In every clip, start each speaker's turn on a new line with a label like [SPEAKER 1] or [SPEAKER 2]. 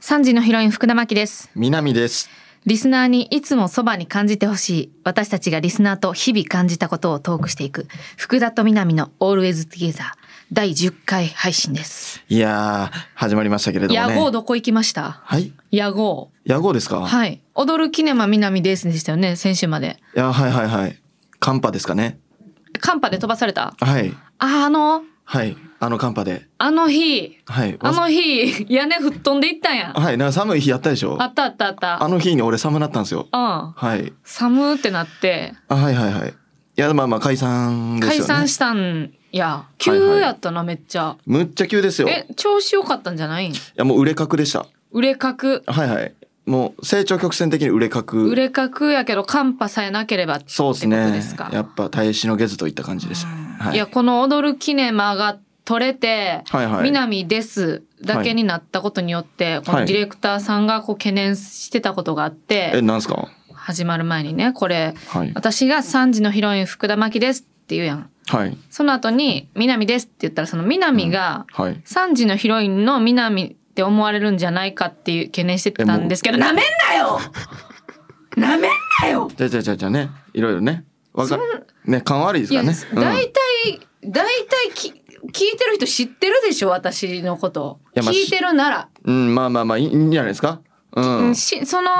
[SPEAKER 1] 3時のヒロイン福田真希です
[SPEAKER 2] 南です。
[SPEAKER 1] リスナーにいつもそばに感じてほしい私たちがリスナーと日々感じたことをトークしていく福田と南の Always Together 第10回配信です
[SPEAKER 2] いやー、始まりましたけれども
[SPEAKER 1] 野
[SPEAKER 2] ね。
[SPEAKER 1] 号どこ行きました
[SPEAKER 2] はい。
[SPEAKER 1] 野号
[SPEAKER 2] 野号ですか。い。
[SPEAKER 1] はい踊るキネマ南ですでしたよね先週まで
[SPEAKER 2] や、はいはいはい。寒波ですかね。
[SPEAKER 1] 寒波で飛ばされた
[SPEAKER 2] はい。
[SPEAKER 1] ああの
[SPEAKER 2] はい。あの寒波で。
[SPEAKER 1] あの日
[SPEAKER 2] はい。
[SPEAKER 1] あ
[SPEAKER 2] わ
[SPEAKER 1] の日屋根吹っ飛んでいったんや
[SPEAKER 2] ざはい。なんか寒い日やったでしょ
[SPEAKER 1] あ。ったあったあっ
[SPEAKER 2] あの日に俺寒なったんですよ。
[SPEAKER 1] たうん
[SPEAKER 2] はい。
[SPEAKER 1] 寒ーってなって
[SPEAKER 2] あ、はいはいはい。いや、まあまあ解散ですよね。
[SPEAKER 1] 解散したんや
[SPEAKER 2] いはい
[SPEAKER 1] 急やったなめっちゃ
[SPEAKER 2] むっちゃ急ですよ。い
[SPEAKER 1] え調子良かったんじゃないん
[SPEAKER 2] や、もう売れ角でした。
[SPEAKER 1] 売れ角
[SPEAKER 2] はいはい。もう成長曲線的に売れ角。
[SPEAKER 1] 売れ角やけど寒波さえなければって
[SPEAKER 2] そ
[SPEAKER 1] こ
[SPEAKER 2] うで
[SPEAKER 1] と
[SPEAKER 2] すね。
[SPEAKER 1] ですか
[SPEAKER 2] やっぱ耐えしのげずといった感じでしたね。はい
[SPEAKER 1] やこの「踊るキネマ」が取れて
[SPEAKER 2] はいはい
[SPEAKER 1] 南です」だけになったことによって、このディレクターさんがこう懸念してたことがあって、
[SPEAKER 2] え、なんすか。
[SPEAKER 1] 始まる前にねこれ、
[SPEAKER 2] はい
[SPEAKER 1] 私が「3時のヒロイン福田真希です」って言うやん
[SPEAKER 2] はい。
[SPEAKER 1] その後に「南です」って言ったらその南が
[SPEAKER 2] はい。
[SPEAKER 1] 3時のヒロインの南って思われるんじゃないかっていう懸念してたんですけどなめんなよ なめんなよ
[SPEAKER 2] じゃじゃじゃじゃね、いろいろね。わかね、感悪い
[SPEAKER 1] い
[SPEAKER 2] ですか
[SPEAKER 1] や
[SPEAKER 2] らね。うん
[SPEAKER 1] 大体、大体き聞いてる人知ってるでしょ私のこと
[SPEAKER 2] いやまあ
[SPEAKER 1] 聞いてるなら、
[SPEAKER 2] うん、まあまあまあ、いいいいんじゃないですか。うん。い
[SPEAKER 1] しその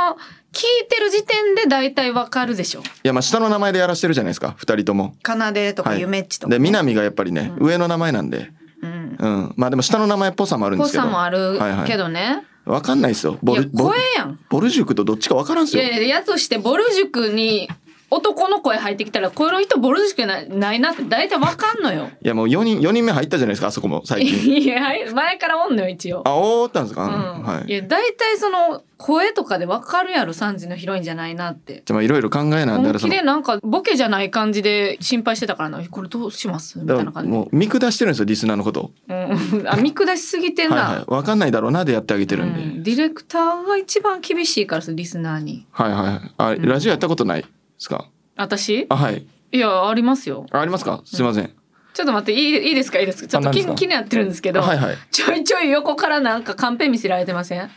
[SPEAKER 1] 聞いてる時点で大体わかるでしょ
[SPEAKER 2] や、まあ、下の名前でやらしてるじゃないですか、二人とも。
[SPEAKER 1] かなでと
[SPEAKER 2] は
[SPEAKER 1] か
[SPEAKER 2] い
[SPEAKER 1] ゆめっちとか、
[SPEAKER 2] で、南がやっぱりね、上の名前なんで。
[SPEAKER 1] うん
[SPEAKER 2] うん、まあ、でも、下の名前っぽさもあるんで
[SPEAKER 1] 濃
[SPEAKER 2] すけど。
[SPEAKER 1] さもある
[SPEAKER 2] はいはい
[SPEAKER 1] け。どね、
[SPEAKER 2] わかんないですよ。ボル、
[SPEAKER 1] いや
[SPEAKER 2] ボ
[SPEAKER 1] 声やん
[SPEAKER 2] ボル塾とどっちかわからんす
[SPEAKER 1] い
[SPEAKER 2] よ。
[SPEAKER 1] やいややとしてボル塾に男の声入ってきたらこの人ボル塾ないないなって大体わかんのよ
[SPEAKER 2] いや、もう四人、四人目入ったじゃないですか、あそこも、最近。
[SPEAKER 1] いや前からおんのよ一応
[SPEAKER 2] あ、おーったんですか。
[SPEAKER 1] うん
[SPEAKER 2] はい。
[SPEAKER 1] い
[SPEAKER 2] じゃ
[SPEAKER 1] や大体その声とかでわかるやろ3時のヒロインじゃないなって
[SPEAKER 2] あ、まあ、いろいろ考えなんだ
[SPEAKER 1] 本
[SPEAKER 2] ら、そ
[SPEAKER 1] 気
[SPEAKER 2] の
[SPEAKER 1] で。なんかボケじゃない感じで心配してたからなこれどうしますみ
[SPEAKER 2] だ
[SPEAKER 1] た
[SPEAKER 2] か
[SPEAKER 1] いな
[SPEAKER 2] ら
[SPEAKER 1] 感じ
[SPEAKER 2] もう見下してるんですよリスナーのこと
[SPEAKER 1] うん、あ見下しすぎてん
[SPEAKER 2] はい
[SPEAKER 1] な、
[SPEAKER 2] はいわかんないだろうなでやってあげてるんで、
[SPEAKER 1] うんディレクターが一番厳しいからさリスナーに
[SPEAKER 2] はいはいあ、ラジオやったことないですか
[SPEAKER 1] 私
[SPEAKER 2] あはい
[SPEAKER 1] いやありますよ
[SPEAKER 2] あありますかすいません、
[SPEAKER 1] ちょっと待っていいいいですかいいですかちょっと
[SPEAKER 2] あ何
[SPEAKER 1] 気
[SPEAKER 2] です
[SPEAKER 1] に
[SPEAKER 2] か
[SPEAKER 1] 気になってるんですけど、
[SPEAKER 2] はいはい
[SPEAKER 1] ちょいちょい横からなんかカンペ見せられてませ ん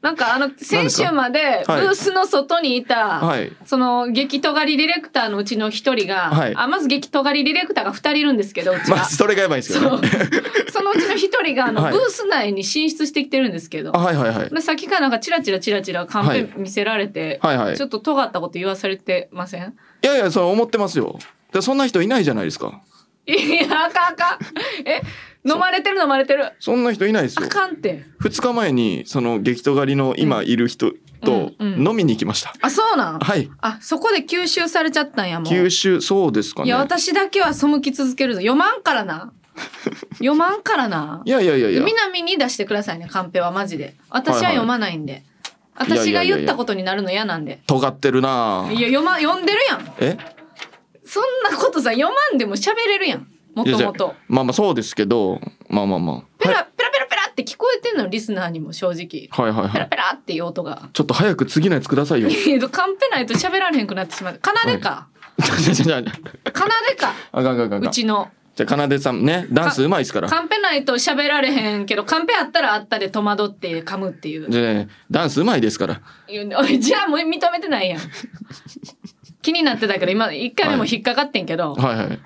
[SPEAKER 1] なんかあの先週までブ
[SPEAKER 2] はい
[SPEAKER 1] ースの外にいた、
[SPEAKER 2] はい
[SPEAKER 1] その激とがりディレクターのうちの一人が、
[SPEAKER 2] はい
[SPEAKER 1] あまず激とがりディレクターが二人いるんですけどうち
[SPEAKER 2] ま
[SPEAKER 1] は
[SPEAKER 2] あ、それがやばいんですけ
[SPEAKER 1] そ
[SPEAKER 2] ど、
[SPEAKER 1] う
[SPEAKER 2] ね、
[SPEAKER 1] そのうちの一人があの、
[SPEAKER 2] はい
[SPEAKER 1] ブース内に進出してきてるんですけど
[SPEAKER 2] あはいはいはい
[SPEAKER 1] でさっきからなんかチラチラチラチラカンペ見せられて、
[SPEAKER 2] はいはい
[SPEAKER 1] ちょっと尖ったこと言わされてません
[SPEAKER 2] いやいやそれ思ってますよでそんな人いないじゃないですか
[SPEAKER 1] いやあかんあかんえ飲まれてる飲まれてる
[SPEAKER 2] そんな人いないです
[SPEAKER 1] あ
[SPEAKER 2] よ
[SPEAKER 1] かんって
[SPEAKER 2] 2日前にその激トガリの今いる人と
[SPEAKER 1] うんうんうん
[SPEAKER 2] 飲みに行きました、
[SPEAKER 1] あそうなん
[SPEAKER 2] はい
[SPEAKER 1] あそこで吸収されちゃったんやもう
[SPEAKER 2] 九州そうですかね
[SPEAKER 1] いや私だけは背き続けるぞ読まんから な読まんからない
[SPEAKER 2] やいやいやいや
[SPEAKER 1] 南に出してくださいねカンペはマジで私は
[SPEAKER 2] はいはい
[SPEAKER 1] 読まないんで、
[SPEAKER 2] いやいやい
[SPEAKER 1] 私が
[SPEAKER 2] やいや
[SPEAKER 1] 言ったことになるの嫌なんで
[SPEAKER 2] 尖ってるない
[SPEAKER 1] や
[SPEAKER 2] ぁ
[SPEAKER 1] 読ま読んでるやん
[SPEAKER 2] え
[SPEAKER 1] そんなことさ読まんでも喋れるやんも
[SPEAKER 2] いや
[SPEAKER 1] と
[SPEAKER 2] じゃ
[SPEAKER 1] もと
[SPEAKER 2] あまあまあそうですけどまあまあまあ
[SPEAKER 1] ペラペラペラペラって聞こえてんのリスナーにも正直
[SPEAKER 2] はいはいはい
[SPEAKER 1] ペ
[SPEAKER 2] は
[SPEAKER 1] ラ
[SPEAKER 2] い
[SPEAKER 1] ペラっていう音が
[SPEAKER 2] ちょっと早く次のやつくださいよ
[SPEAKER 1] けどカンペないと喋られへんくなってしまう奏でか
[SPEAKER 2] じゃじゃじゃじゃ
[SPEAKER 1] 奏でか
[SPEAKER 2] あかんあかんあかんあ
[SPEAKER 1] う
[SPEAKER 2] かんじ
[SPEAKER 1] ちの
[SPEAKER 2] ゃあかなでさんねダンスうまいですから
[SPEAKER 1] カンペないと喋られへんけどカンペあったらあったで戸惑って噛むっていう
[SPEAKER 2] じゃあねダンスうまいですから
[SPEAKER 1] おいじゃあもう認めてないや ん気になってたけど今一回目も引っかかってんけど、
[SPEAKER 2] はいはい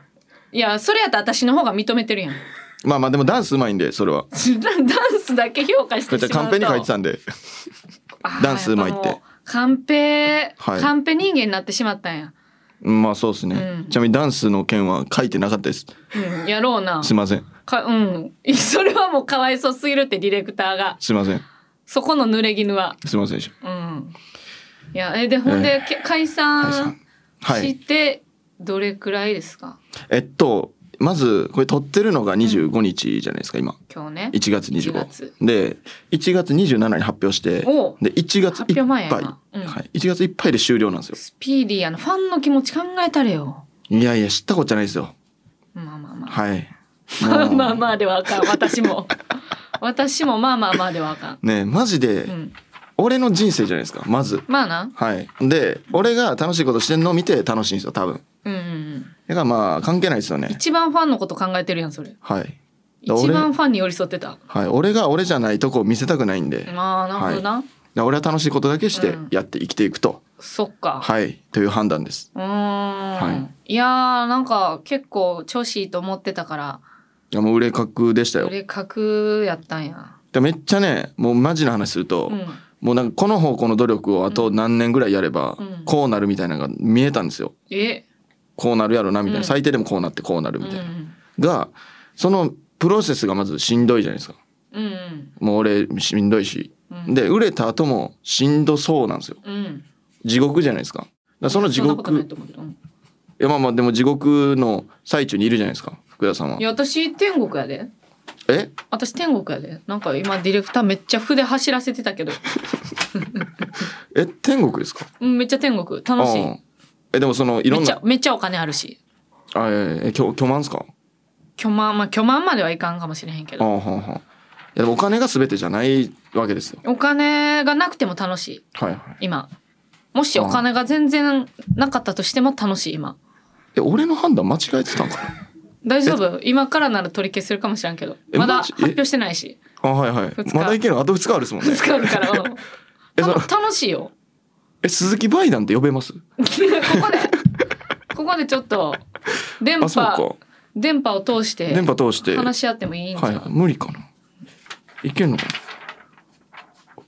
[SPEAKER 1] い、やそれやったら私の方が認めて るやん
[SPEAKER 2] まあまあでもダンスうまいんでそれは
[SPEAKER 1] ダンスだけ評価してしまう
[SPEAKER 2] じゃ
[SPEAKER 1] と
[SPEAKER 2] あカンペに書いてたんで
[SPEAKER 1] あー
[SPEAKER 2] ダンスうまいって
[SPEAKER 1] やぱもうカンペ、
[SPEAKER 2] はい
[SPEAKER 1] カンペ人間になってしまったんや、
[SPEAKER 2] うんまあそうですね、
[SPEAKER 1] うん
[SPEAKER 2] ちなみにダンスの件は書いてなかったです
[SPEAKER 1] うん、やろうな
[SPEAKER 2] すいません
[SPEAKER 1] かうん それはもうかわいそうすぎるってディレクターが
[SPEAKER 2] すいません
[SPEAKER 1] そこの濡れ衣は
[SPEAKER 2] すいませんでし
[SPEAKER 1] うんいやえでほんで、け解
[SPEAKER 2] た
[SPEAKER 1] 散
[SPEAKER 2] は
[SPEAKER 1] し
[SPEAKER 2] い
[SPEAKER 1] てどれくらいですか、
[SPEAKER 2] えっとまずこれ撮ってるのが25日じゃないですか今
[SPEAKER 1] 今日ね
[SPEAKER 2] 1月
[SPEAKER 1] 1
[SPEAKER 2] 25
[SPEAKER 1] 月
[SPEAKER 2] で1月27に発表してで
[SPEAKER 1] おう
[SPEAKER 2] 1月い
[SPEAKER 1] 発表
[SPEAKER 2] っぱ
[SPEAKER 1] 前
[SPEAKER 2] い、
[SPEAKER 1] や
[SPEAKER 2] は
[SPEAKER 1] なうん
[SPEAKER 2] い、1月いっぱいで終了なんですよ
[SPEAKER 1] スピーディーやなファンの気持ち考えたれよ
[SPEAKER 2] いやいや知ったことじゃないですよ
[SPEAKER 1] まあまあまあ
[SPEAKER 2] はい
[SPEAKER 1] まあまあ
[SPEAKER 2] も
[SPEAKER 1] まあではあかん私 も私もまあまあまあではあかん
[SPEAKER 2] うねマジで
[SPEAKER 1] うん
[SPEAKER 2] 俺の人生じゃないですかまず
[SPEAKER 1] まあな
[SPEAKER 2] はい。で、俺が楽しいことしてんのを見て楽しいんですよ、多分。
[SPEAKER 1] うんうんうん
[SPEAKER 2] だからまあ、関係ないですよね。
[SPEAKER 1] 一番ファンのこと考えてるやんそれ
[SPEAKER 2] はい。だ
[SPEAKER 1] 一番ファンに寄り添ってた
[SPEAKER 2] はい、俺が俺じゃないとこを見せたくないんで、だか
[SPEAKER 1] まあなるほどな、
[SPEAKER 2] ら俺は楽しいことだけして
[SPEAKER 1] うん
[SPEAKER 2] やって生きていくと、
[SPEAKER 1] そっか、
[SPEAKER 2] はいという判断です
[SPEAKER 1] うーん、、
[SPEAKER 2] はい
[SPEAKER 1] やーなんか結構調子いいと思ってたから
[SPEAKER 2] いやもう売れ格でしたよ
[SPEAKER 1] 俺格やったんや
[SPEAKER 2] でめっちゃねもうマジな話すると、
[SPEAKER 1] うん
[SPEAKER 2] もうなんかこの方向の努力をあと何年ぐらいやれば
[SPEAKER 1] うん
[SPEAKER 2] こうなるみたいなのが見えたんですよ
[SPEAKER 1] え
[SPEAKER 2] こうなるやろなみたいな、
[SPEAKER 1] うん
[SPEAKER 2] 最低でもこうなってこうなる
[SPEAKER 1] う
[SPEAKER 2] みたいな、
[SPEAKER 1] ん
[SPEAKER 2] がそのプロセスがまずしんどいじゃないですか
[SPEAKER 1] うん
[SPEAKER 2] もう俺しんどいし
[SPEAKER 1] うん
[SPEAKER 2] で売れた後もしんどそうなんですよ
[SPEAKER 1] うん
[SPEAKER 2] 地獄じゃないですかだからその地
[SPEAKER 1] いやそんなことない
[SPEAKER 2] 獄
[SPEAKER 1] と思うけどうん
[SPEAKER 2] いやまあまあでも地獄の最中にいるじゃないですか福田さんはい
[SPEAKER 1] や私天国やで
[SPEAKER 2] え
[SPEAKER 1] 私天国やでなんか今ディレクターめっちゃ筆走らせてたけど
[SPEAKER 2] え天国ですか
[SPEAKER 1] うんめっちゃ天国楽しい
[SPEAKER 2] ああえでもそのい
[SPEAKER 1] め
[SPEAKER 2] ろ
[SPEAKER 1] っ
[SPEAKER 2] ん
[SPEAKER 1] ちゃ
[SPEAKER 2] な
[SPEAKER 1] めっちゃお金あるし
[SPEAKER 2] あえええ巨巨万ですか
[SPEAKER 1] 巨万まあ巨万まではいかんかもしれへんけ
[SPEAKER 2] あ
[SPEAKER 1] ど
[SPEAKER 2] あはあはあいやでもお金が全てじゃないわけですよ
[SPEAKER 1] お金がなくても楽しい
[SPEAKER 2] はいはい
[SPEAKER 1] 今もしお金が全然なかったとしても楽しい今
[SPEAKER 2] え俺の判断間違えてたんか な
[SPEAKER 1] 大丈夫今からなら取り消せるかもしれんけど
[SPEAKER 2] え
[SPEAKER 1] まだ
[SPEAKER 2] マジ
[SPEAKER 1] 発
[SPEAKER 2] え
[SPEAKER 1] 表してないし
[SPEAKER 2] あはいはい
[SPEAKER 1] 二日
[SPEAKER 2] まだいけるのあと2日あるですもんね
[SPEAKER 1] 使うからうん
[SPEAKER 2] えその
[SPEAKER 1] た楽しいよ
[SPEAKER 2] え鈴木バイダンって呼べます
[SPEAKER 1] ここでここでちょっと電
[SPEAKER 2] あそう
[SPEAKER 1] 波
[SPEAKER 2] か
[SPEAKER 1] 電波を通して
[SPEAKER 2] 電波通して
[SPEAKER 1] 話し合ってもいいんじゃ
[SPEAKER 2] は
[SPEAKER 1] ん、
[SPEAKER 2] いはい無理かないけんのかな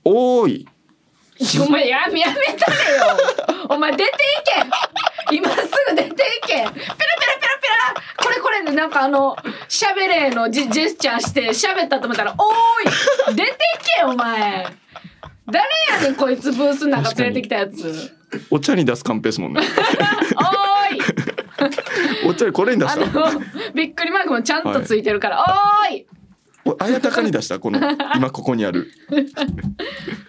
[SPEAKER 2] おーい
[SPEAKER 1] お前やめやめたれよお前出ていけ今すぐ出ていけペラペラペラペラこれこれねなんかあのしゃべれのジジェスチャーしてしゃべったと思ったら「おーい出ていけお前誰やねんこいつブースの中連れてきたやつ
[SPEAKER 2] お茶に出すカンペで すもんね
[SPEAKER 1] おーい!」
[SPEAKER 2] お茶にこれに出
[SPEAKER 1] あ
[SPEAKER 2] した
[SPEAKER 1] のびっくりマークもちゃんとついてるから「おーい!
[SPEAKER 2] お綾鷹に出したこの今ここにあ る」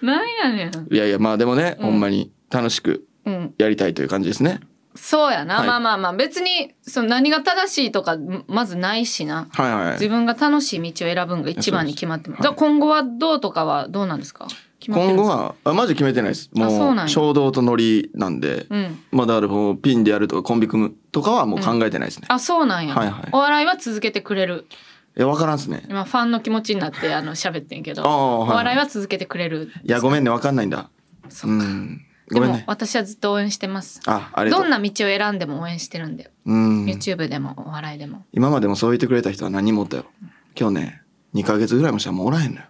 [SPEAKER 1] なんやねん、
[SPEAKER 2] いやいやまあでもね、
[SPEAKER 1] うん
[SPEAKER 2] ほんまに楽しく
[SPEAKER 1] うん、
[SPEAKER 2] やりたいという感じですね
[SPEAKER 1] そうやな、
[SPEAKER 2] はい
[SPEAKER 1] まあまあまあ別にその何が正しいとかまずないしな
[SPEAKER 2] はいは
[SPEAKER 1] 自
[SPEAKER 2] い
[SPEAKER 1] 分が楽しい道を選ぶんが一番に決まってます。じゃあ今後はどうとかはどうなんですか。決まってる
[SPEAKER 2] 今
[SPEAKER 1] んで
[SPEAKER 2] 後
[SPEAKER 1] すか。
[SPEAKER 2] はあマジ決めてないですも
[SPEAKER 1] あそうなんや
[SPEAKER 2] う衝動とノリなんで、
[SPEAKER 1] うん。
[SPEAKER 2] まあだからもうピンでやるとかコンビ組むとかはもう考えてないですね、
[SPEAKER 1] あ、そうなんや、
[SPEAKER 2] はいはい
[SPEAKER 1] お笑いは続けてくれる。
[SPEAKER 2] いや分からんっすね
[SPEAKER 1] 今ファンの気持ちになってあの喋ってんけど、
[SPEAKER 2] ああはい
[SPEAKER 1] お笑いは続けてくれる。
[SPEAKER 2] いやごめんね分かんないんだ
[SPEAKER 1] そうっか。
[SPEAKER 2] ん
[SPEAKER 1] で
[SPEAKER 2] ごめん
[SPEAKER 1] も
[SPEAKER 2] ね
[SPEAKER 1] 私はずっと応援してます。
[SPEAKER 2] あありがと
[SPEAKER 1] ど
[SPEAKER 2] うん
[SPEAKER 1] な道を選んでも応援してるんで、
[SPEAKER 2] うん、
[SPEAKER 1] YouTube でもお笑いでも。
[SPEAKER 2] 今までもそう言ってくれた人は何人もおったよ今日ね2ヶ月ぐらいもしたらもうおらへんのよ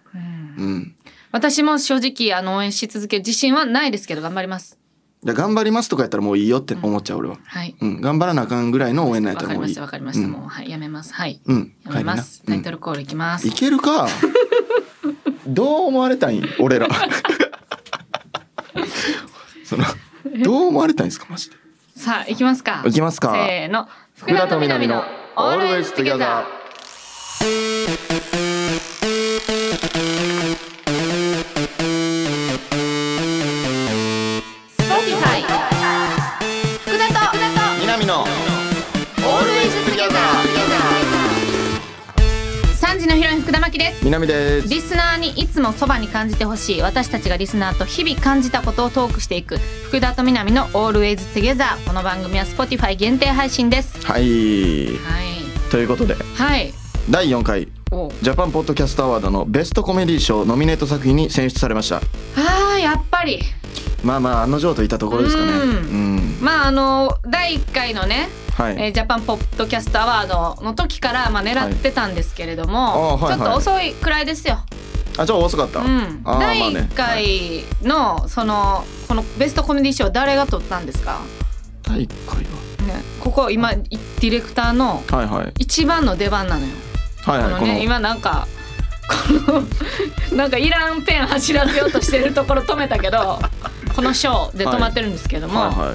[SPEAKER 1] うん
[SPEAKER 2] うん
[SPEAKER 1] 私も正直あの応援し続ける自信はないですけど頑張ります。
[SPEAKER 2] じゃ頑張りますとかやったらもういいよって思っちゃう俺は
[SPEAKER 1] はい。
[SPEAKER 2] うん頑張らなあかんぐらいの応援な
[SPEAKER 1] わ
[SPEAKER 2] んやっ
[SPEAKER 1] か
[SPEAKER 2] た
[SPEAKER 1] らり
[SPEAKER 2] も
[SPEAKER 1] ま
[SPEAKER 2] うい
[SPEAKER 1] し
[SPEAKER 2] い
[SPEAKER 1] たわかりました。
[SPEAKER 2] うん
[SPEAKER 1] もうはいやめます。はい。
[SPEAKER 2] うん
[SPEAKER 1] やめます。
[SPEAKER 2] 帰
[SPEAKER 1] タ
[SPEAKER 2] り
[SPEAKER 1] イ
[SPEAKER 2] な
[SPEAKER 1] トルコールいきます。
[SPEAKER 2] いけるかどう思われたいん俺ら そのどう思われたいんですかマジで
[SPEAKER 1] さあ行きますか
[SPEAKER 2] 行きますか
[SPEAKER 1] せーの福田と南のオールウェイズ e 福田と福田と
[SPEAKER 2] 南のオールウェイズトゥギャザ
[SPEAKER 1] 三時のヒロイン福田真希です
[SPEAKER 2] 南です
[SPEAKER 1] リスナーにいつもそばに感じてほしい私たちがリスナーと日々感じたことをトークしていく福田と南のオールウェイズ e ゲザーこの番組は Spotify 限定配信です
[SPEAKER 2] はい
[SPEAKER 1] はい
[SPEAKER 2] ということで
[SPEAKER 1] はい
[SPEAKER 2] 第4回
[SPEAKER 1] お
[SPEAKER 2] ジャパンポッドキャストアワードのベストコメディ賞ノミネート作品に選出されました
[SPEAKER 1] あーやっぱり
[SPEAKER 2] まあまあ案の定といったところですかね
[SPEAKER 1] う
[SPEAKER 2] うんん
[SPEAKER 1] まああの第一回のね
[SPEAKER 2] は
[SPEAKER 1] えー
[SPEAKER 2] い
[SPEAKER 1] ジャパンポッドキャストアワードの時からまあ狙ってたんですけれども、
[SPEAKER 2] はいあーはい
[SPEAKER 1] ちょっと遅いくらいですよ。
[SPEAKER 2] あちょっと遅かった
[SPEAKER 1] うん、
[SPEAKER 2] あー
[SPEAKER 1] 第
[SPEAKER 2] まあね
[SPEAKER 1] 1回のそのこのベストコメディ賞誰が取ったんですか、
[SPEAKER 2] 第1回は
[SPEAKER 1] ね、ここ今いディレクターの
[SPEAKER 2] はいはい
[SPEAKER 1] 一番の出番なのよ。
[SPEAKER 2] はい
[SPEAKER 1] あ
[SPEAKER 2] はい
[SPEAKER 1] の
[SPEAKER 2] この
[SPEAKER 1] ね今なんかこの なんかいらんペン走らせようとしてるところ止めたけどこの賞で止まってるんですけども、
[SPEAKER 2] はいは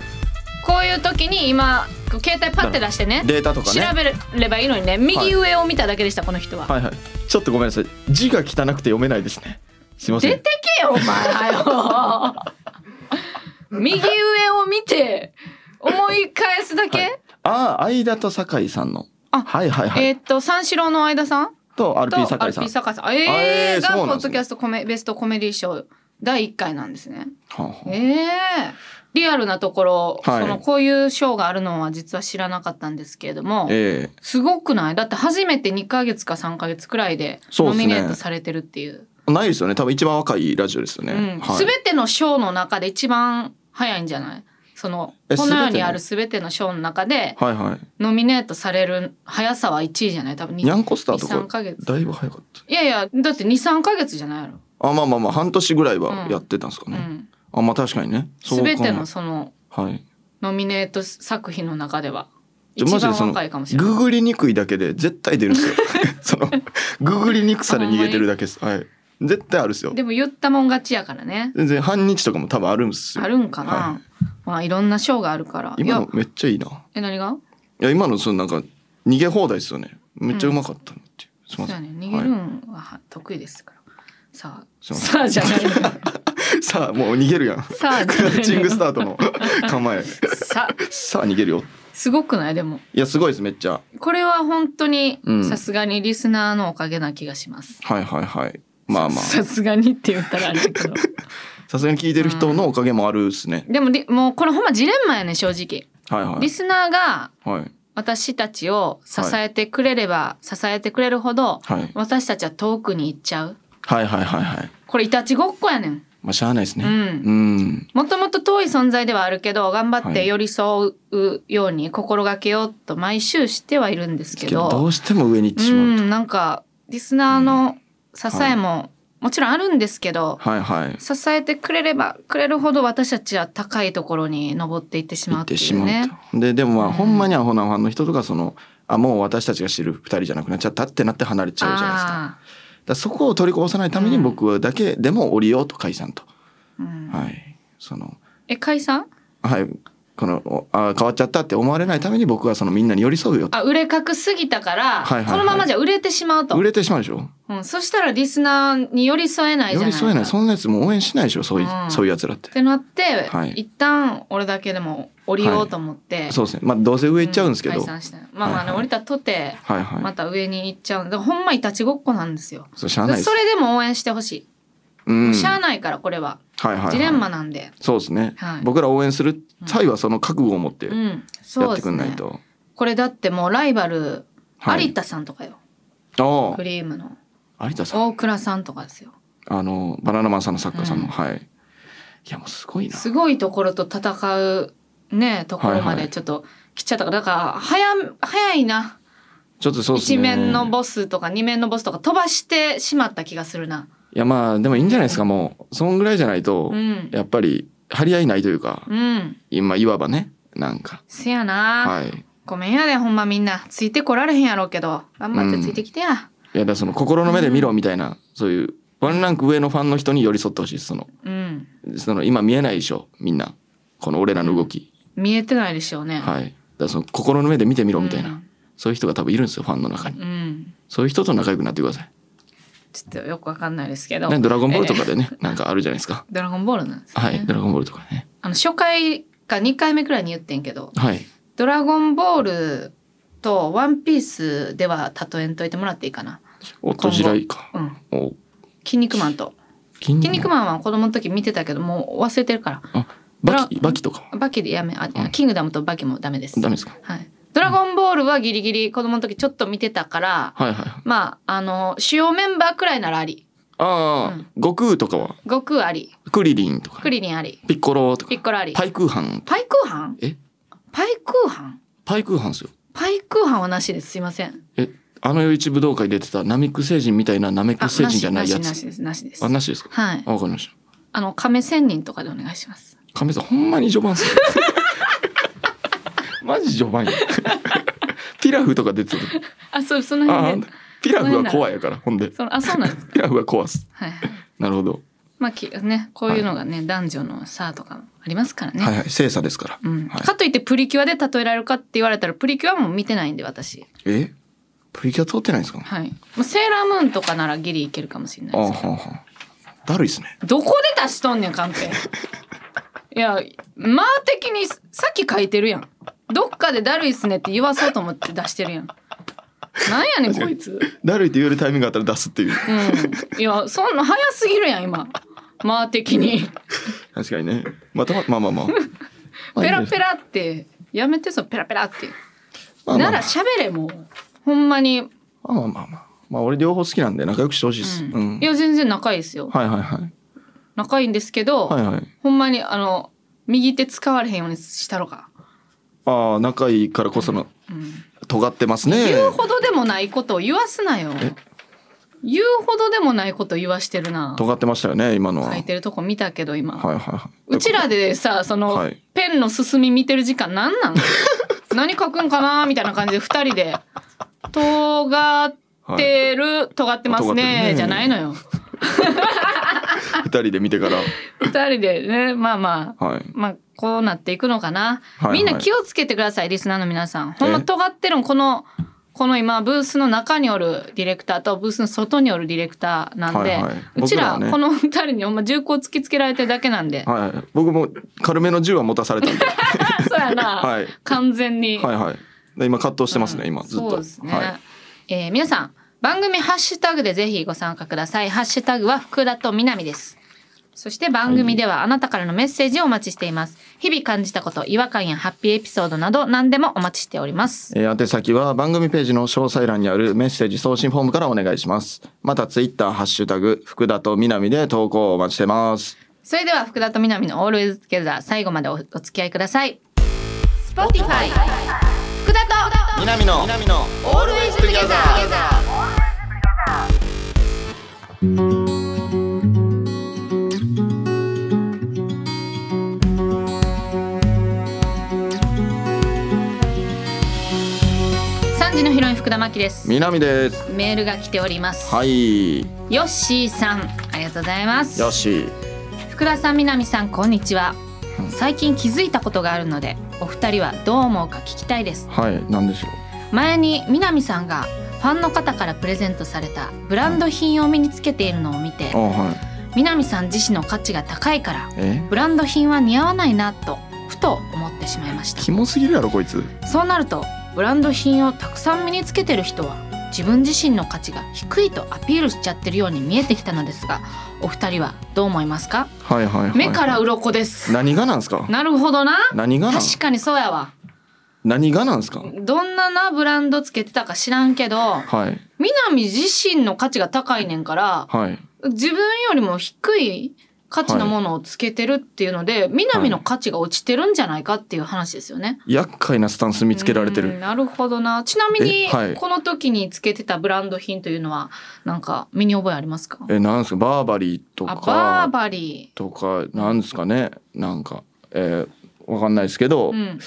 [SPEAKER 1] こういう時に今携帯パッて出してね
[SPEAKER 2] いデータとか
[SPEAKER 1] 調
[SPEAKER 2] ね
[SPEAKER 1] べればいいのにね右上を見ただけでしたこの人は。
[SPEAKER 2] はいはい。ちょっとごめんなさい。字が汚くて読めないですね。すいません。
[SPEAKER 1] 出てけよお前は よ右上を見て思い返すだけ、
[SPEAKER 2] はいああ、相田と酒井さんの。
[SPEAKER 1] あ
[SPEAKER 2] はいはいはい。
[SPEAKER 1] えーっと三四郎の相田さん
[SPEAKER 2] と、
[SPEAKER 1] と
[SPEAKER 2] RP 酒井さん。
[SPEAKER 1] RP
[SPEAKER 2] は
[SPEAKER 1] 酒井さんえ
[SPEAKER 2] え
[SPEAKER 1] え
[SPEAKER 2] ー
[SPEAKER 1] が
[SPEAKER 2] そう
[SPEAKER 1] ポ
[SPEAKER 2] なん
[SPEAKER 1] ッ
[SPEAKER 2] です
[SPEAKER 1] ド
[SPEAKER 2] ね
[SPEAKER 1] キャストコメベストコメディ賞第一回なんですね
[SPEAKER 2] あはあ
[SPEAKER 1] ええリアルなところ、
[SPEAKER 2] はい
[SPEAKER 1] そのこういうショーがあるのは実は知らなかったんですけれども
[SPEAKER 2] え
[SPEAKER 1] すごくないだって初めて2ヶ月か3ヶ月くらいで
[SPEAKER 2] そうっ
[SPEAKER 1] ノ
[SPEAKER 2] すね
[SPEAKER 1] ミネートされてるっていう
[SPEAKER 2] えないですよね多分一番若いラジオですよね、
[SPEAKER 1] うん
[SPEAKER 2] はい、
[SPEAKER 1] 全てのショーの中で一番早いんじゃないその
[SPEAKER 2] え
[SPEAKER 1] この世
[SPEAKER 2] 全て
[SPEAKER 1] に
[SPEAKER 2] の
[SPEAKER 1] ある全てのショーの中で
[SPEAKER 2] はいはい
[SPEAKER 1] ノミネートされる速さは1位じゃない多分
[SPEAKER 2] ニャ
[SPEAKER 1] 2
[SPEAKER 2] ンコスターと
[SPEAKER 1] 3
[SPEAKER 2] か
[SPEAKER 1] ヶ月
[SPEAKER 2] だいぶ早かっ
[SPEAKER 1] いやいやだって23ヶ月じゃないやろ、
[SPEAKER 2] たあまあまあまあ半年ぐらいはやってたんですか
[SPEAKER 1] う
[SPEAKER 2] ね、
[SPEAKER 1] ん、
[SPEAKER 2] あまあ確かにねそう
[SPEAKER 1] 全
[SPEAKER 2] 考え
[SPEAKER 1] てのその
[SPEAKER 2] はい
[SPEAKER 1] ノミネート作品の中では
[SPEAKER 2] じ
[SPEAKER 1] 一
[SPEAKER 2] ゃあマジ
[SPEAKER 1] 番
[SPEAKER 2] でその
[SPEAKER 1] 若いかもしれない
[SPEAKER 2] ググりにくいだけで絶対出るんで すよそのググりにくさで逃げてるだけですはい絶対あるですよ
[SPEAKER 1] でも言ったもん勝ちやからね
[SPEAKER 2] 全然半日とかも多分あるんですよ
[SPEAKER 1] あるんかな、
[SPEAKER 2] は
[SPEAKER 1] まあいろんな賞があるからい
[SPEAKER 2] 今
[SPEAKER 1] や
[SPEAKER 2] のめっちゃいいない
[SPEAKER 1] え何が
[SPEAKER 2] や今のそのなんか逃げ放題ですよねめっちゃうまかったなっていう、すい
[SPEAKER 1] そ
[SPEAKER 2] ま
[SPEAKER 1] う
[SPEAKER 2] せ
[SPEAKER 1] や
[SPEAKER 2] ん
[SPEAKER 1] ね逃げる
[SPEAKER 2] は
[SPEAKER 1] んは得意ですから、さあ
[SPEAKER 2] すいません
[SPEAKER 1] さあじゃ ないの
[SPEAKER 2] い、さあもう逃げ るやんク
[SPEAKER 1] さあじゃ
[SPEAKER 2] ラ
[SPEAKER 1] ない
[SPEAKER 2] ッチン
[SPEAKER 1] の
[SPEAKER 2] グスタートの構え
[SPEAKER 1] さあ
[SPEAKER 2] さあ逃げるよ
[SPEAKER 1] すごくないでも
[SPEAKER 2] いやすごいですめっちゃ
[SPEAKER 1] これは本当に
[SPEAKER 2] うん
[SPEAKER 1] さすがにリスナーのおかげな気がします、
[SPEAKER 2] はいはいはいまあまあ
[SPEAKER 1] さすがにって言ったらあれだけど
[SPEAKER 2] さすがに聞いてる人のおかげもあるですね
[SPEAKER 1] でもりもうこれほんまジレンマやね正直、
[SPEAKER 2] はいは
[SPEAKER 1] リ
[SPEAKER 2] い
[SPEAKER 1] スナーが
[SPEAKER 2] はい
[SPEAKER 1] 私たちを支えてくれれば、支えてくれるほど、
[SPEAKER 2] はい
[SPEAKER 1] 私たちは遠くに行っちゃう
[SPEAKER 2] はいはいはいはい
[SPEAKER 1] これいたちごっこやねん
[SPEAKER 2] まあしゃあないですね
[SPEAKER 1] うん
[SPEAKER 2] うん
[SPEAKER 1] もともと遠い存在ではあるけど頑張っ
[SPEAKER 2] は
[SPEAKER 1] て
[SPEAKER 2] い
[SPEAKER 1] 寄り添うように心がけようと毎週してはいるんですけ
[SPEAKER 2] け
[SPEAKER 1] ど
[SPEAKER 2] どどうしても上に行って
[SPEAKER 1] う
[SPEAKER 2] しまう、
[SPEAKER 1] んなんかリスナーの支えももちろんあるんですけど、
[SPEAKER 2] はいはい
[SPEAKER 1] 支えてくれればくれるほど私たちは高いところに登っていってしま
[SPEAKER 2] 行
[SPEAKER 1] うっ
[SPEAKER 2] っ
[SPEAKER 1] て
[SPEAKER 2] て
[SPEAKER 1] い
[SPEAKER 2] し
[SPEAKER 1] う
[SPEAKER 2] まう
[SPEAKER 1] ね
[SPEAKER 2] とででもまあ、
[SPEAKER 1] うん
[SPEAKER 2] ほんまにアホなファンの人とかそのあもう私たちが知る二人じゃなくなっちゃったってなって離れちゃうじゃないですかだか
[SPEAKER 1] あ
[SPEAKER 2] らそこを取りこぼさないために
[SPEAKER 1] うん
[SPEAKER 2] 僕だけでも降りようと解散と、
[SPEAKER 1] ーうん
[SPEAKER 2] はいその
[SPEAKER 1] え解散
[SPEAKER 2] はいこのおあ変わっちゃったって思われないために僕はそのみんなに寄り添うよと
[SPEAKER 1] あ売れ隠すぎたから、
[SPEAKER 2] はいはいはい
[SPEAKER 1] このままじゃ売れてしまうと
[SPEAKER 2] 売れてしまうでしょ
[SPEAKER 1] うん、そしたらリスナーに寄り添えないじゃ
[SPEAKER 2] 寄
[SPEAKER 1] ない
[SPEAKER 2] り
[SPEAKER 1] か
[SPEAKER 2] 添えないそんなやつもう応援しないでしょそういう、
[SPEAKER 1] うん
[SPEAKER 2] そういうやつらって
[SPEAKER 1] っ。てなって、
[SPEAKER 2] はい
[SPEAKER 1] 一旦俺だけでも降りようと思って、
[SPEAKER 2] そうですねまあどうせ上行っちゃうんですけど、
[SPEAKER 1] 解散したまあまあね、
[SPEAKER 2] はいはい
[SPEAKER 1] 降りたとて
[SPEAKER 2] はいはい、
[SPEAKER 1] また上に行っちゃうんでほんまに立ちごっこなんですよ
[SPEAKER 2] そうしゃあないです
[SPEAKER 1] それでも応援してほし
[SPEAKER 2] う
[SPEAKER 1] い、
[SPEAKER 2] ん
[SPEAKER 1] しゃあないからこれは、
[SPEAKER 2] はいはいはい
[SPEAKER 1] ジレンマなんで
[SPEAKER 2] そうですね、
[SPEAKER 1] はい
[SPEAKER 2] 僕ら応援する際はその覚悟を持って
[SPEAKER 1] う
[SPEAKER 2] や
[SPEAKER 1] んそ
[SPEAKER 2] っ
[SPEAKER 1] う
[SPEAKER 2] て
[SPEAKER 1] で
[SPEAKER 2] く
[SPEAKER 1] す
[SPEAKER 2] んない
[SPEAKER 1] ね
[SPEAKER 2] と、
[SPEAKER 1] これだってもうライバル、
[SPEAKER 2] はい
[SPEAKER 1] 有田さんとかよ
[SPEAKER 2] あ
[SPEAKER 1] クリームの
[SPEAKER 2] あ有田さん
[SPEAKER 1] 大倉さんとかですよ
[SPEAKER 2] あのバナナマンさんの作家さんの、
[SPEAKER 1] うん
[SPEAKER 2] はいいやもうすごいな
[SPEAKER 1] すごいところと戦うねところま
[SPEAKER 2] はいは
[SPEAKER 1] で
[SPEAKER 2] い
[SPEAKER 1] ちょっと来ちゃったからだから早早いな
[SPEAKER 2] ちょっとそうです
[SPEAKER 1] 一
[SPEAKER 2] ね
[SPEAKER 1] 面のボスとか二面のボスとか飛ばしてしまった気がするな。
[SPEAKER 2] いやまあでもいいんじゃないですかもうそんぐらいじゃないと、
[SPEAKER 1] うん。
[SPEAKER 2] やっぱり張り合いないというか、
[SPEAKER 1] うん。
[SPEAKER 2] 今いわばねなんか
[SPEAKER 1] せやな、
[SPEAKER 2] はいい
[SPEAKER 1] ごめんやでほんまみんなついてこられへんやろうけど頑張っ
[SPEAKER 2] う
[SPEAKER 1] て
[SPEAKER 2] ん
[SPEAKER 1] ついてきてや。
[SPEAKER 2] やだからその心の目で見ろみたいな、そういうワンランク上のファンの人に寄り添ってほしいですその
[SPEAKER 1] うん。
[SPEAKER 2] その今見えないでしょみんなこの俺らの動き、
[SPEAKER 1] 見えてないでしょうね。
[SPEAKER 2] はいだからその心の目で見てみろみたいな、
[SPEAKER 1] うん
[SPEAKER 2] そういう人が多分いるんですよファンの中に
[SPEAKER 1] うん。
[SPEAKER 2] そういう人と仲良くなってください、
[SPEAKER 1] ちょっとよくわかんないですけど。
[SPEAKER 2] ね、ドラゴンボールとかでね、なんかあるじゃないですか
[SPEAKER 1] ドラゴンボールなんですね。
[SPEAKER 2] はい、ドラゴンボールとかね。
[SPEAKER 1] あの初回か二回目くらいに言ってんけど、
[SPEAKER 2] はい。
[SPEAKER 1] ドラゴンボールとワンピースでは例えんといてもらっていいかな。
[SPEAKER 2] おっと地雷か。
[SPEAKER 1] うん。
[SPEAKER 2] お、
[SPEAKER 1] 筋肉マンと。
[SPEAKER 2] 筋
[SPEAKER 1] 筋
[SPEAKER 2] 肉
[SPEAKER 1] 肉
[SPEAKER 2] マン。
[SPEAKER 1] マンは子供の時見てたけどもう忘れてるから。
[SPEAKER 2] あ、
[SPEAKER 1] ドラ
[SPEAKER 2] バキ、バキとか。
[SPEAKER 1] バキでやめあ、
[SPEAKER 2] うん
[SPEAKER 1] キングダムとバキもダメです。
[SPEAKER 2] ダメですか。
[SPEAKER 1] はい。ドラゴンボールはギリギリ子供の時ちょっと見てたから、
[SPEAKER 2] はいはいはい。
[SPEAKER 1] まああの主要メンバーくらいならあり、
[SPEAKER 2] ああ、
[SPEAKER 1] うん
[SPEAKER 2] 悟空とかは、
[SPEAKER 1] 悟空あり、
[SPEAKER 2] クリリンとか
[SPEAKER 1] ク、リリンあり、
[SPEAKER 2] ピッコロと
[SPEAKER 1] ピ
[SPEAKER 2] か
[SPEAKER 1] ッ、コロあり。
[SPEAKER 2] パイクーハン。
[SPEAKER 1] パイクーハン？
[SPEAKER 2] え、
[SPEAKER 1] パイクーハン？
[SPEAKER 2] パイクーハンですよ。
[SPEAKER 1] パイクーハンはなしです。すいません。
[SPEAKER 2] え、あの世一武道会出てたナミック星人みたいなナメック
[SPEAKER 1] あ、
[SPEAKER 2] 星人じゃな
[SPEAKER 1] ないし
[SPEAKER 2] や
[SPEAKER 1] なしな
[SPEAKER 2] つ。
[SPEAKER 1] しです。なしです
[SPEAKER 2] あ、。なしですか。
[SPEAKER 1] はい。
[SPEAKER 2] あわかりました。
[SPEAKER 1] あの亀仙人とかでお願いします。
[SPEAKER 2] 亀さん、ほんまに序盤っすね。 マジ序盤や。ピラフとか出てた。
[SPEAKER 1] あ、そうその
[SPEAKER 2] あ
[SPEAKER 1] 辺で
[SPEAKER 2] ー、ピラフは怖いやから、ほんで。
[SPEAKER 1] そのあそうなんです。
[SPEAKER 2] ピラフは怖っす。
[SPEAKER 1] はいはい。
[SPEAKER 2] なるほど。
[SPEAKER 1] まあきねこういうのがね、男女の差とかありますからね。
[SPEAKER 2] はいはい、精査ですから。
[SPEAKER 1] うん
[SPEAKER 2] はい
[SPEAKER 1] かといってプリキュアで例えられるかって言われたらプリキュアも見てないんで私、
[SPEAKER 2] えプリキュア通ってないんですか
[SPEAKER 1] はい、まあセーラームーンとかならギリいけるかもしれない
[SPEAKER 2] あ
[SPEAKER 1] で
[SPEAKER 2] は
[SPEAKER 1] すけど
[SPEAKER 2] ははだるいっすね。
[SPEAKER 1] どこで出しとんねんカンペいや間的にさっき書いてるやんどっかでだるいっすねって言わそうと思って出してるやんなんやねんこいつ
[SPEAKER 2] だるいって言えるタイミングがあったら出すっていう。
[SPEAKER 1] うんいやそんな早すぎるやん今間的に
[SPEAKER 2] 確かにね。まあ、たま、まあまあまあ。まあ
[SPEAKER 1] ペ
[SPEAKER 2] いい
[SPEAKER 1] ラ
[SPEAKER 2] です
[SPEAKER 1] ペラってやめてそのペラペラって
[SPEAKER 2] まあま
[SPEAKER 1] な
[SPEAKER 2] あ
[SPEAKER 1] ら喋れもうほんまに、
[SPEAKER 2] まあまあまあまあ。まあ俺両方好きなんで仲良くしてほしいです。
[SPEAKER 1] う
[SPEAKER 2] うんん。
[SPEAKER 1] いや全然仲いいですよ
[SPEAKER 2] はいはいはい。
[SPEAKER 1] 仲いいんですけど、
[SPEAKER 2] はいはい。
[SPEAKER 1] ほんまにあの右手使われへんようにしたろか、
[SPEAKER 2] ああ、仲いいからこその、
[SPEAKER 1] うん
[SPEAKER 2] 尖ってますね。
[SPEAKER 1] 言うほどでもないことを言わすなよ
[SPEAKER 2] え
[SPEAKER 1] 言うほどでもないこと言わしてるな
[SPEAKER 2] 尖ってましたよね、今のは。
[SPEAKER 1] 書
[SPEAKER 2] はいい
[SPEAKER 1] てるとこ見たけど今、
[SPEAKER 2] はいは
[SPEAKER 1] う
[SPEAKER 2] い。
[SPEAKER 1] ちらでさその、
[SPEAKER 2] はい
[SPEAKER 1] ペンの進み見てる時間なん なん何書くんかなみたいな感じで2人で「尖ってる、尖ってます
[SPEAKER 2] 尖って
[SPEAKER 1] ね
[SPEAKER 2] るね
[SPEAKER 1] じゃないのよ
[SPEAKER 2] 二人で見てから。
[SPEAKER 1] 2人でねまあまあ
[SPEAKER 2] はい。
[SPEAKER 1] まあこうなっていくのかな、
[SPEAKER 2] はいはい
[SPEAKER 1] みんな気をつけてくださいリスナーの皆さんほんま
[SPEAKER 2] え
[SPEAKER 1] 尖ってるんこのこの今ブースの中におるディレクターとブースの外におるディレクターなんで、
[SPEAKER 2] はいはいう
[SPEAKER 1] ちら
[SPEAKER 2] 僕らはね
[SPEAKER 1] この2人にほんま銃口突きつけられてるだけなんで、
[SPEAKER 2] はい。僕も軽めの銃は持たされたんで。
[SPEAKER 1] そうやな、
[SPEAKER 2] はい
[SPEAKER 1] 完全に、
[SPEAKER 2] はいはい。で今葛藤してますね、
[SPEAKER 1] うん
[SPEAKER 2] 今ずっと。
[SPEAKER 1] そうですね、
[SPEAKER 2] はい。
[SPEAKER 1] えー皆さん番組ハッシュタグでぜひご参加くださいハッシュタグは福田と南ですそして番組ではあなたからのメッセージをお待ちしています日々感じたこと違和感やハッピーエピソードなど何でもお待ちしております
[SPEAKER 2] えー宛先は番組ページの詳細欄にあるメッセージ送信フォームからお願いします。またツイッター、ハッシュタグ、福田と南で投稿をお待ちしてます。
[SPEAKER 1] それでは福田と南のオールイズゲザー最後までおお付き合いください Spotify 福田と
[SPEAKER 2] 南の南の
[SPEAKER 1] オールイズゲザー3時のヒロイン福田真希です
[SPEAKER 2] 南です。
[SPEAKER 1] メールが来ております、
[SPEAKER 2] はい。よ
[SPEAKER 1] ヨッシーさんありがとうございます
[SPEAKER 2] し。
[SPEAKER 1] 福田さん南さんこんにちは
[SPEAKER 2] うん
[SPEAKER 1] 最近気づいたことがあるのでお二人はどう思うか聞きたいです
[SPEAKER 2] はい、なんでしょ
[SPEAKER 1] 前に南さんがファンの方からプレゼントされたブランド品を身につけているのを見て
[SPEAKER 2] う。あ、はい。
[SPEAKER 1] 南さん自身の価値が高いから
[SPEAKER 2] え、
[SPEAKER 1] ブランド品は似合わないなとふと思ってしまいました
[SPEAKER 2] キモすぎるやろこいつ。
[SPEAKER 1] そうなるとブランド品をたくさん身につけてる人は自分自身の価値が低いとアピールしちゃってるように見えてきたのですがお二人はどう思いますか
[SPEAKER 2] はいはいはい。
[SPEAKER 1] 目から鱗です
[SPEAKER 2] 何がなんすか。
[SPEAKER 1] なるほどな
[SPEAKER 2] 何がなん。
[SPEAKER 1] 確かにそうやわ
[SPEAKER 2] 何がなんすか。
[SPEAKER 1] どんななブランドつけてたか知らんけど
[SPEAKER 2] はい
[SPEAKER 1] 南自身の価値が高いねんから
[SPEAKER 2] はい。
[SPEAKER 1] 自分よりも低い価値のものをつけてるっていうので、南の価値が落ちてるんじゃないかっていう話ですよね。
[SPEAKER 2] 厄介なスタンス見つけられて
[SPEAKER 1] うん
[SPEAKER 2] る。
[SPEAKER 1] なるほどな。ちなみに、
[SPEAKER 2] えはい
[SPEAKER 1] この時につけてたブランド品というのは、なんか身に覚えありますか。
[SPEAKER 2] え、なんすかバーバリーと
[SPEAKER 1] あ、
[SPEAKER 2] か。
[SPEAKER 1] バーバリ
[SPEAKER 2] とかなんですかねなんか、えー、わかんないですけど、
[SPEAKER 1] ー。うん。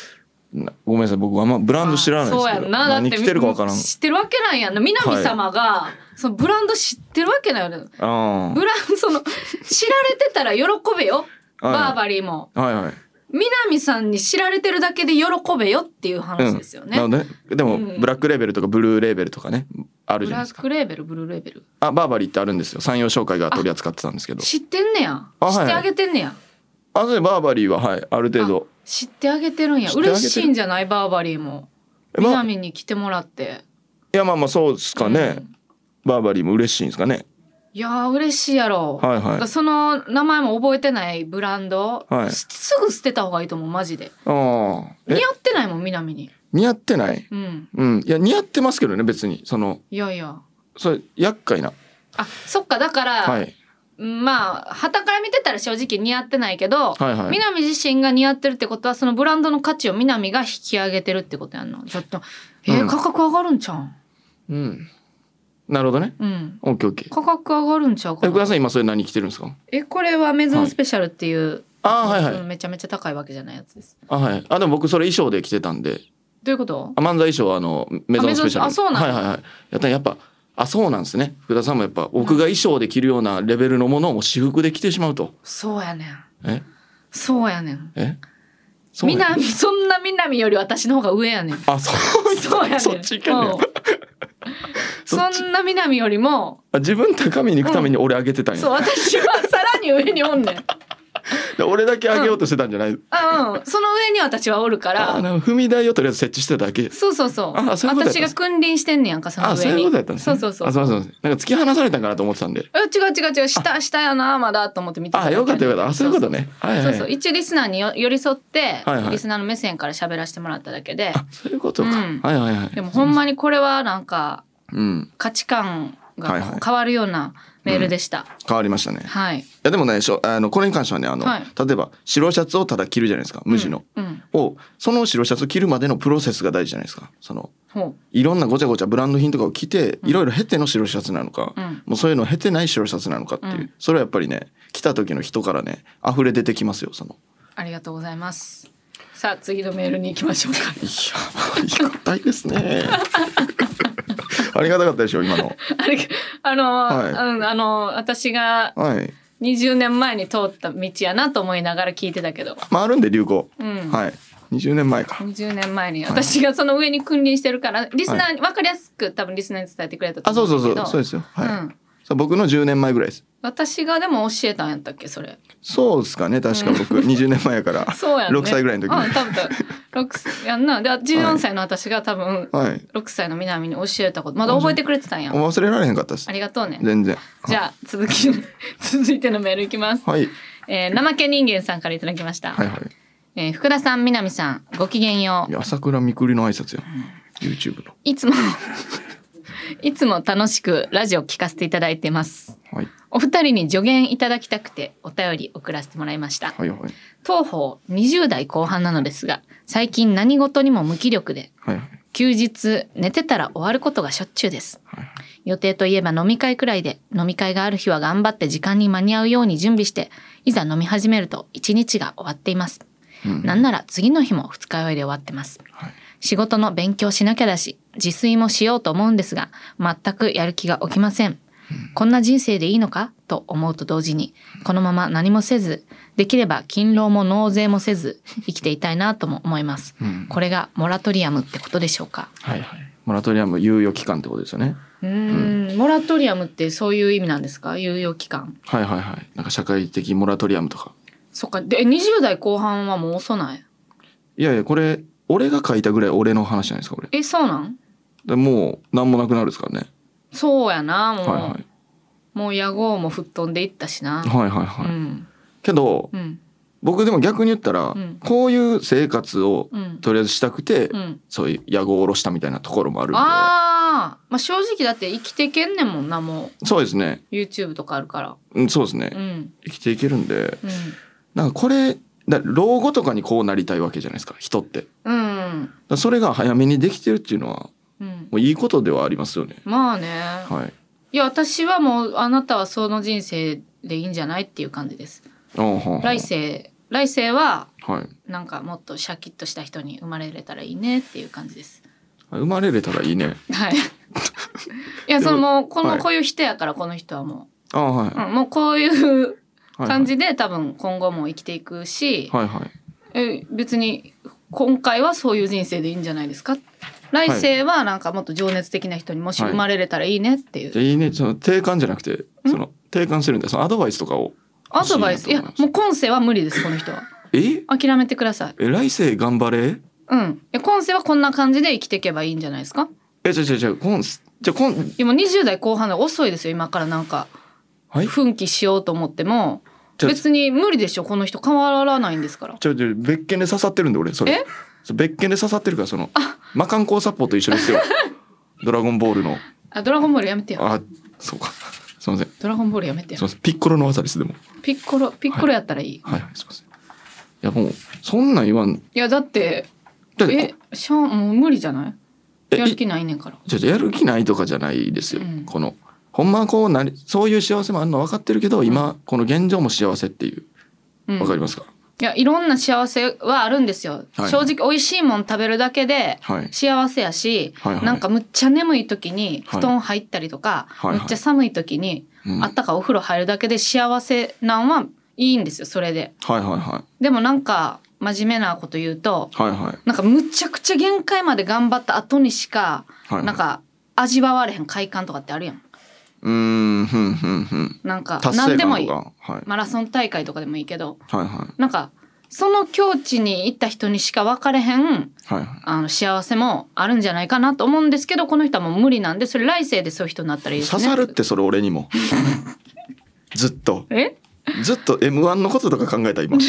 [SPEAKER 2] なごめんなさい僕あんまブランド知らないです
[SPEAKER 1] そう
[SPEAKER 2] け
[SPEAKER 1] や
[SPEAKER 2] ど
[SPEAKER 1] んな。だっ
[SPEAKER 2] 何
[SPEAKER 1] て
[SPEAKER 2] 着てるかわからん
[SPEAKER 1] 知ってるわけないやんな。南様が、そのブランド知ってるわけないよね。
[SPEAKER 2] あ
[SPEAKER 1] ブランその知られてたら喜べよ。
[SPEAKER 2] は
[SPEAKER 1] バ
[SPEAKER 2] い
[SPEAKER 1] ーバリーも。
[SPEAKER 2] ーはいはい、
[SPEAKER 1] 南さんに知られてるだけで喜べよっていう話ですよ
[SPEAKER 2] な
[SPEAKER 1] ね。
[SPEAKER 2] のでねでも、
[SPEAKER 1] うん
[SPEAKER 2] ブラックレーベルとかブルーレーベルとかねある
[SPEAKER 1] ブ
[SPEAKER 2] じゃな
[SPEAKER 1] ラ
[SPEAKER 2] いです
[SPEAKER 1] ッ
[SPEAKER 2] か
[SPEAKER 1] クレーベル、ブルーレーベル。
[SPEAKER 2] あバーバリーってあるんですよ山陽商会が取り扱ってたんですけど
[SPEAKER 1] 知ってんねや。
[SPEAKER 2] あはい
[SPEAKER 1] 知ってあげてんねや。
[SPEAKER 2] あそれバーバリーははいある程度
[SPEAKER 1] 知ってあげてるんや
[SPEAKER 2] 知ってあげてる
[SPEAKER 1] 嬉しいんじゃないバーバリーも
[SPEAKER 2] えまあ
[SPEAKER 1] 南に来てもらって
[SPEAKER 2] いやまあまあそうですかね、バーバリーも嬉しいんですかね
[SPEAKER 1] いやー嬉しいやろ、
[SPEAKER 2] はいはい
[SPEAKER 1] だからその名前も覚えてないブランド、
[SPEAKER 2] はい
[SPEAKER 1] すすぐ捨てた方がいいと思うマジで
[SPEAKER 2] ああ
[SPEAKER 1] 似合
[SPEAKER 2] え
[SPEAKER 1] ってないもん南に
[SPEAKER 2] 似合ってない
[SPEAKER 1] うん
[SPEAKER 2] うんいや似合ってますけどね別にその
[SPEAKER 1] いやいや
[SPEAKER 2] それ厄介な
[SPEAKER 1] あそっかだから、
[SPEAKER 2] はい
[SPEAKER 1] まあ旗から見てたら正直似合ってないけど、
[SPEAKER 2] はいはい
[SPEAKER 1] 南自身が似合ってるってことはそのブランドの価値を南が引き上げてるってことやんのちょっとえー
[SPEAKER 2] うん
[SPEAKER 1] 価格上がるんちゃうん
[SPEAKER 2] うんなるほどね
[SPEAKER 1] うん
[SPEAKER 2] オッケーオッケー
[SPEAKER 1] 価格上がるんちゃうか
[SPEAKER 2] え、
[SPEAKER 1] な
[SPEAKER 2] 福田さん今それ何着てるんですか
[SPEAKER 1] えこれはメゾンスペシャルっていう、
[SPEAKER 2] あーはいはい
[SPEAKER 1] そのめちゃめちゃ高いわけじゃないやつです
[SPEAKER 2] あ、はい。あ、でも僕それ衣装で着てたんで、
[SPEAKER 1] どういうこと
[SPEAKER 2] あ漫才衣装はあの、メゾンスペシャル。
[SPEAKER 1] あメゾンあそうなん
[SPEAKER 2] は
[SPEAKER 1] だ
[SPEAKER 2] いはいはい。やったらやっぱ、あ、そうなんですね。福田さんもやっぱ、僕が衣装で着るようなレベルのものをもう私服で着てしまうと。
[SPEAKER 1] そうやねん
[SPEAKER 2] え
[SPEAKER 1] そうやねん
[SPEAKER 2] えそうなんや
[SPEAKER 1] 南そんな南より私の方が上やねん
[SPEAKER 2] あ、そう。
[SPEAKER 1] そうやねん
[SPEAKER 2] そっち行けんねや
[SPEAKER 1] うん
[SPEAKER 2] そっち
[SPEAKER 1] そんな南よりも
[SPEAKER 2] あ自分高みに行くために俺あげてたんや。
[SPEAKER 1] そう私はさらに上におんねん
[SPEAKER 2] で俺だけ上げようとしてたんじゃない、
[SPEAKER 1] あうんその上に私はおるか
[SPEAKER 2] あ
[SPEAKER 1] ら
[SPEAKER 2] の踏み台をとりあえず設置してただけ
[SPEAKER 1] そうそうそう
[SPEAKER 2] あそういうことや
[SPEAKER 1] 私
[SPEAKER 2] ったんで
[SPEAKER 1] が
[SPEAKER 2] す
[SPEAKER 1] 君臨してんねやんかその上
[SPEAKER 2] あ
[SPEAKER 1] に
[SPEAKER 2] そういうことやったんですね
[SPEAKER 1] そうそう
[SPEAKER 2] あ
[SPEAKER 1] そう
[SPEAKER 2] すいませんすいませんなんか突き放されたんかなと思ってたんで
[SPEAKER 1] え違う違う違う下下やなまだと思って見て
[SPEAKER 2] あ
[SPEAKER 1] だけ
[SPEAKER 2] よかったよかったあそういうことねはいはい
[SPEAKER 1] そうそう一応リスナーによ寄り添って、
[SPEAKER 2] はいはい
[SPEAKER 1] リスナーの目線から喋らせてもらっただけで
[SPEAKER 2] あそういうことか、
[SPEAKER 1] うん
[SPEAKER 2] はいはいはい
[SPEAKER 1] でもほんまにこれはなんか
[SPEAKER 2] うん
[SPEAKER 1] 価値観
[SPEAKER 2] はいはい
[SPEAKER 1] が変わるようなメールでした。
[SPEAKER 2] 変わりましたねい
[SPEAKER 1] はい。
[SPEAKER 2] やでもねしょあのこれに関してはねあの、
[SPEAKER 1] はい
[SPEAKER 2] 例えば白シャツをただ着るじゃないですか無地の、
[SPEAKER 1] うん。うん
[SPEAKER 2] をその白シャツを着るまでのプロセスが大事じゃないですかその
[SPEAKER 1] ほ
[SPEAKER 2] いろんなごちゃごちゃブランド品とかを着て、いろいろ経ての白シャツなのか、
[SPEAKER 1] うん
[SPEAKER 2] もうそういうのを経てない白シャツなのかっていう、
[SPEAKER 1] うん
[SPEAKER 2] それはやっぱりね着た時の人からね溢れ出てきますよその
[SPEAKER 1] う。ありがとうございます。さあ次のメールに行きましょうか。
[SPEAKER 2] いやありがたいですねありがたかったでしょ今の
[SPEAKER 1] あれあの、
[SPEAKER 2] はい
[SPEAKER 1] うんあの私が
[SPEAKER 2] はい
[SPEAKER 1] 20年前に通った道やなと思いながら聞いてたけど、
[SPEAKER 2] まああるんで流行、
[SPEAKER 1] うん
[SPEAKER 2] はい20年前か
[SPEAKER 1] 20年前に
[SPEAKER 2] い
[SPEAKER 1] 私がその上に君臨してるからリスナーに分かりやすく多分リスナーに伝えてくれたと
[SPEAKER 2] あそうそ
[SPEAKER 1] 思
[SPEAKER 2] う
[SPEAKER 1] うんだ
[SPEAKER 2] そ
[SPEAKER 1] けど。
[SPEAKER 2] うそうですよはい、
[SPEAKER 1] うん
[SPEAKER 2] そう僕の10年前ぐらいです
[SPEAKER 1] 私がでも教えたんやったっけそれ。
[SPEAKER 2] そうですかね確か僕、20年 前やから
[SPEAKER 1] そうやんね。
[SPEAKER 2] 6歳ぐらいの時に
[SPEAKER 1] あ、多分六歳やんな。で、14歳の私が多分
[SPEAKER 2] はい
[SPEAKER 1] 6歳の南に教えたこと、まだ覚えてくれてたんや。
[SPEAKER 2] 忘れられへんかったです
[SPEAKER 1] ありがとうね。
[SPEAKER 2] 全然
[SPEAKER 1] じゃあ続き 続いてのメールいきます。
[SPEAKER 2] はい
[SPEAKER 1] えー、怠け人間さんからいただきました。
[SPEAKER 2] はいはい
[SPEAKER 1] えー福田さん、南さん、ごきげんよ。
[SPEAKER 2] いうや朝倉未来の挨拶や YouTube の
[SPEAKER 1] いつもいつも楽しくラジオ聞かせていただいてます。
[SPEAKER 2] はい
[SPEAKER 1] お二人に助言いただきたくてお便り送らせてもらいました。
[SPEAKER 2] はいはい
[SPEAKER 1] 当方20代後半なのですが、最近何事にも無気力で
[SPEAKER 2] はいはい
[SPEAKER 1] 休日寝てたら終わることがしょっちゅうです
[SPEAKER 2] はい
[SPEAKER 1] 予定といえば飲み会くらいで飲み会がある日は頑張って時間に間に合うように準備していざ飲み始めると一日が終わっています、
[SPEAKER 2] うん
[SPEAKER 1] なんなら次の日も二日酔いで終わってます
[SPEAKER 2] はい
[SPEAKER 1] 仕事の勉強しなきゃだし自炊もしようと思うんですが全くやる気が起きませんこんな人生でいいのかと思うと同時にこのまま何もせずできれば勤労も納税もせず生きていたいなとも思います、
[SPEAKER 2] うん
[SPEAKER 1] これがモラトリアムってことでしょうか
[SPEAKER 2] はいはいモラトリアム猶予期間ってことですよね
[SPEAKER 1] うーん、モラトリアムってそういう意味なんですか猶予期間
[SPEAKER 2] はいはいはいなんか社会的モラトリアムとか
[SPEAKER 1] そっかで20代後半はもう遅ない
[SPEAKER 2] いやいやこれ俺が書いたぐらい俺の話じゃないですかこれ
[SPEAKER 1] えそうなん
[SPEAKER 2] でもう何もなくなるですからね
[SPEAKER 1] そうやなもう、
[SPEAKER 2] はいはい
[SPEAKER 1] もう野号も吹っ飛んでいったしな、
[SPEAKER 2] はいはいうはい
[SPEAKER 1] ん
[SPEAKER 2] けど
[SPEAKER 1] うん
[SPEAKER 2] 僕でも逆に言ったら
[SPEAKER 1] うん
[SPEAKER 2] こういう生活を
[SPEAKER 1] うん
[SPEAKER 2] とりあえずしたくて
[SPEAKER 1] うん
[SPEAKER 2] そういう野号を下ろしたみたいなところもあるんで
[SPEAKER 1] あー、まあ正直だって生きてけんねんもんなも
[SPEAKER 2] そうですね
[SPEAKER 1] う YouTube とかあるから
[SPEAKER 2] うんそうです
[SPEAKER 1] う
[SPEAKER 2] ね
[SPEAKER 1] ん
[SPEAKER 2] 生きていけるんで
[SPEAKER 1] うん
[SPEAKER 2] なんかこれだ老後とかにこうなりたいわけじゃないですか人ってだか
[SPEAKER 1] うん
[SPEAKER 2] らそれが早めにできてるっていうのは
[SPEAKER 1] うん
[SPEAKER 2] もういいことではありますよね
[SPEAKER 1] まあね、
[SPEAKER 2] はい
[SPEAKER 1] い、や私はもうあなたはその人生でいいんじゃないっていう感じです
[SPEAKER 2] うんうんうん
[SPEAKER 1] 来世来世は
[SPEAKER 2] はい
[SPEAKER 1] なんかもっとシャキッとした人に生まれれたらいいねっていう感じです。
[SPEAKER 2] 生まれれたらいいね
[SPEAKER 1] はい。いや、そのもう、こ
[SPEAKER 2] はい
[SPEAKER 1] の、こういう人やから、この人はも
[SPEAKER 2] あはい、
[SPEAKER 1] う。うん、もうこういう
[SPEAKER 2] はい
[SPEAKER 1] 感じで、多分今後も生きていくし、
[SPEAKER 2] はいはい
[SPEAKER 1] え別に今回はそういう人生でいいんじゃないですか。来世はなんかもっと情熱的な人にもし
[SPEAKER 2] はい
[SPEAKER 1] 生まれれたらいいねっていう。
[SPEAKER 2] じゃあいいねその定感じゃなくてその定感するんでそのアドバイスとかを
[SPEAKER 1] アドバイス、い
[SPEAKER 2] 欲しい
[SPEAKER 1] や
[SPEAKER 2] なと思います、
[SPEAKER 1] もう今世は無理です、この人は。
[SPEAKER 2] え
[SPEAKER 1] 諦めてください。
[SPEAKER 2] え来世頑張れ
[SPEAKER 1] うん。いや今世はこんな感じで生きていけばいいんじゃないですか。
[SPEAKER 2] えじゃあじゃあじゃあ今じゃあ今
[SPEAKER 1] 今20代後半で遅いですよ、今からなんか。
[SPEAKER 2] はい
[SPEAKER 1] 奮起しようと思っても
[SPEAKER 2] じゃあ
[SPEAKER 1] 別に無理でしょこの人変わらないんですから
[SPEAKER 2] ちょちょ別件で刺さってるんで俺それ
[SPEAKER 1] え
[SPEAKER 2] そう別件で刺さってるからその魔漢光殺法と一緒で すよドラゴンボールの
[SPEAKER 1] あドラゴンボールやめてよ
[SPEAKER 2] あそうかすいません
[SPEAKER 1] ドラゴンボールやめて
[SPEAKER 2] すい
[SPEAKER 1] よ
[SPEAKER 2] ませんピッコロの技ですでも
[SPEAKER 1] ピッコロピッコロやったらいい、
[SPEAKER 2] はいはいすいませんいやもうそんなん言わん
[SPEAKER 1] い、やだって
[SPEAKER 2] だって
[SPEAKER 1] えしゃあもう無理じゃない
[SPEAKER 2] え
[SPEAKER 1] やる気ないねんから
[SPEAKER 2] じゃじゃやる気ないとかじゃないですよ、
[SPEAKER 1] うん
[SPEAKER 2] このほんまはこうなりそういう幸せもあるの分かってるけど今、この現状も幸せっていう
[SPEAKER 1] うん
[SPEAKER 2] 分かりますか、
[SPEAKER 1] いやいろんな幸せはあるんですよ、
[SPEAKER 2] はい
[SPEAKER 1] 正直美味しいもん食べるだけで
[SPEAKER 2] はい
[SPEAKER 1] 幸せやし、
[SPEAKER 2] はいはい
[SPEAKER 1] なんかむっちゃ眠い時に
[SPEAKER 2] はい
[SPEAKER 1] 布団入ったりとか、
[SPEAKER 2] はいはい
[SPEAKER 1] むっちゃ寒い時に、
[SPEAKER 2] うん
[SPEAKER 1] あったかお風呂入るだけで幸せなんはいいんですよそれで
[SPEAKER 2] はいはいは
[SPEAKER 1] でもなんか真面目なこと言うと
[SPEAKER 2] いはいはい
[SPEAKER 1] なんかむちゃくちゃ限界まで頑張った後にしか、
[SPEAKER 2] はい
[SPEAKER 1] なんか味わわれへん快感とかってあるやん
[SPEAKER 2] うーんふんふんふん
[SPEAKER 1] なんか
[SPEAKER 2] 達
[SPEAKER 1] 何
[SPEAKER 2] 成
[SPEAKER 1] で
[SPEAKER 2] 感
[SPEAKER 1] もい
[SPEAKER 2] と
[SPEAKER 1] い
[SPEAKER 2] かはい
[SPEAKER 1] マラソン大会とかでもいいけど
[SPEAKER 2] はいはい
[SPEAKER 1] なんかその境地に行った人にしか分かれへん
[SPEAKER 2] はい
[SPEAKER 1] あの幸せもあるんじゃないかなと思うんですけどこの人はもう無理なんでそれ来世でそういう人になったらいいです
[SPEAKER 2] 刺
[SPEAKER 1] ね。
[SPEAKER 2] さるってそれ俺 にもずっと
[SPEAKER 1] え
[SPEAKER 2] ずっと m 1のこととか考え た今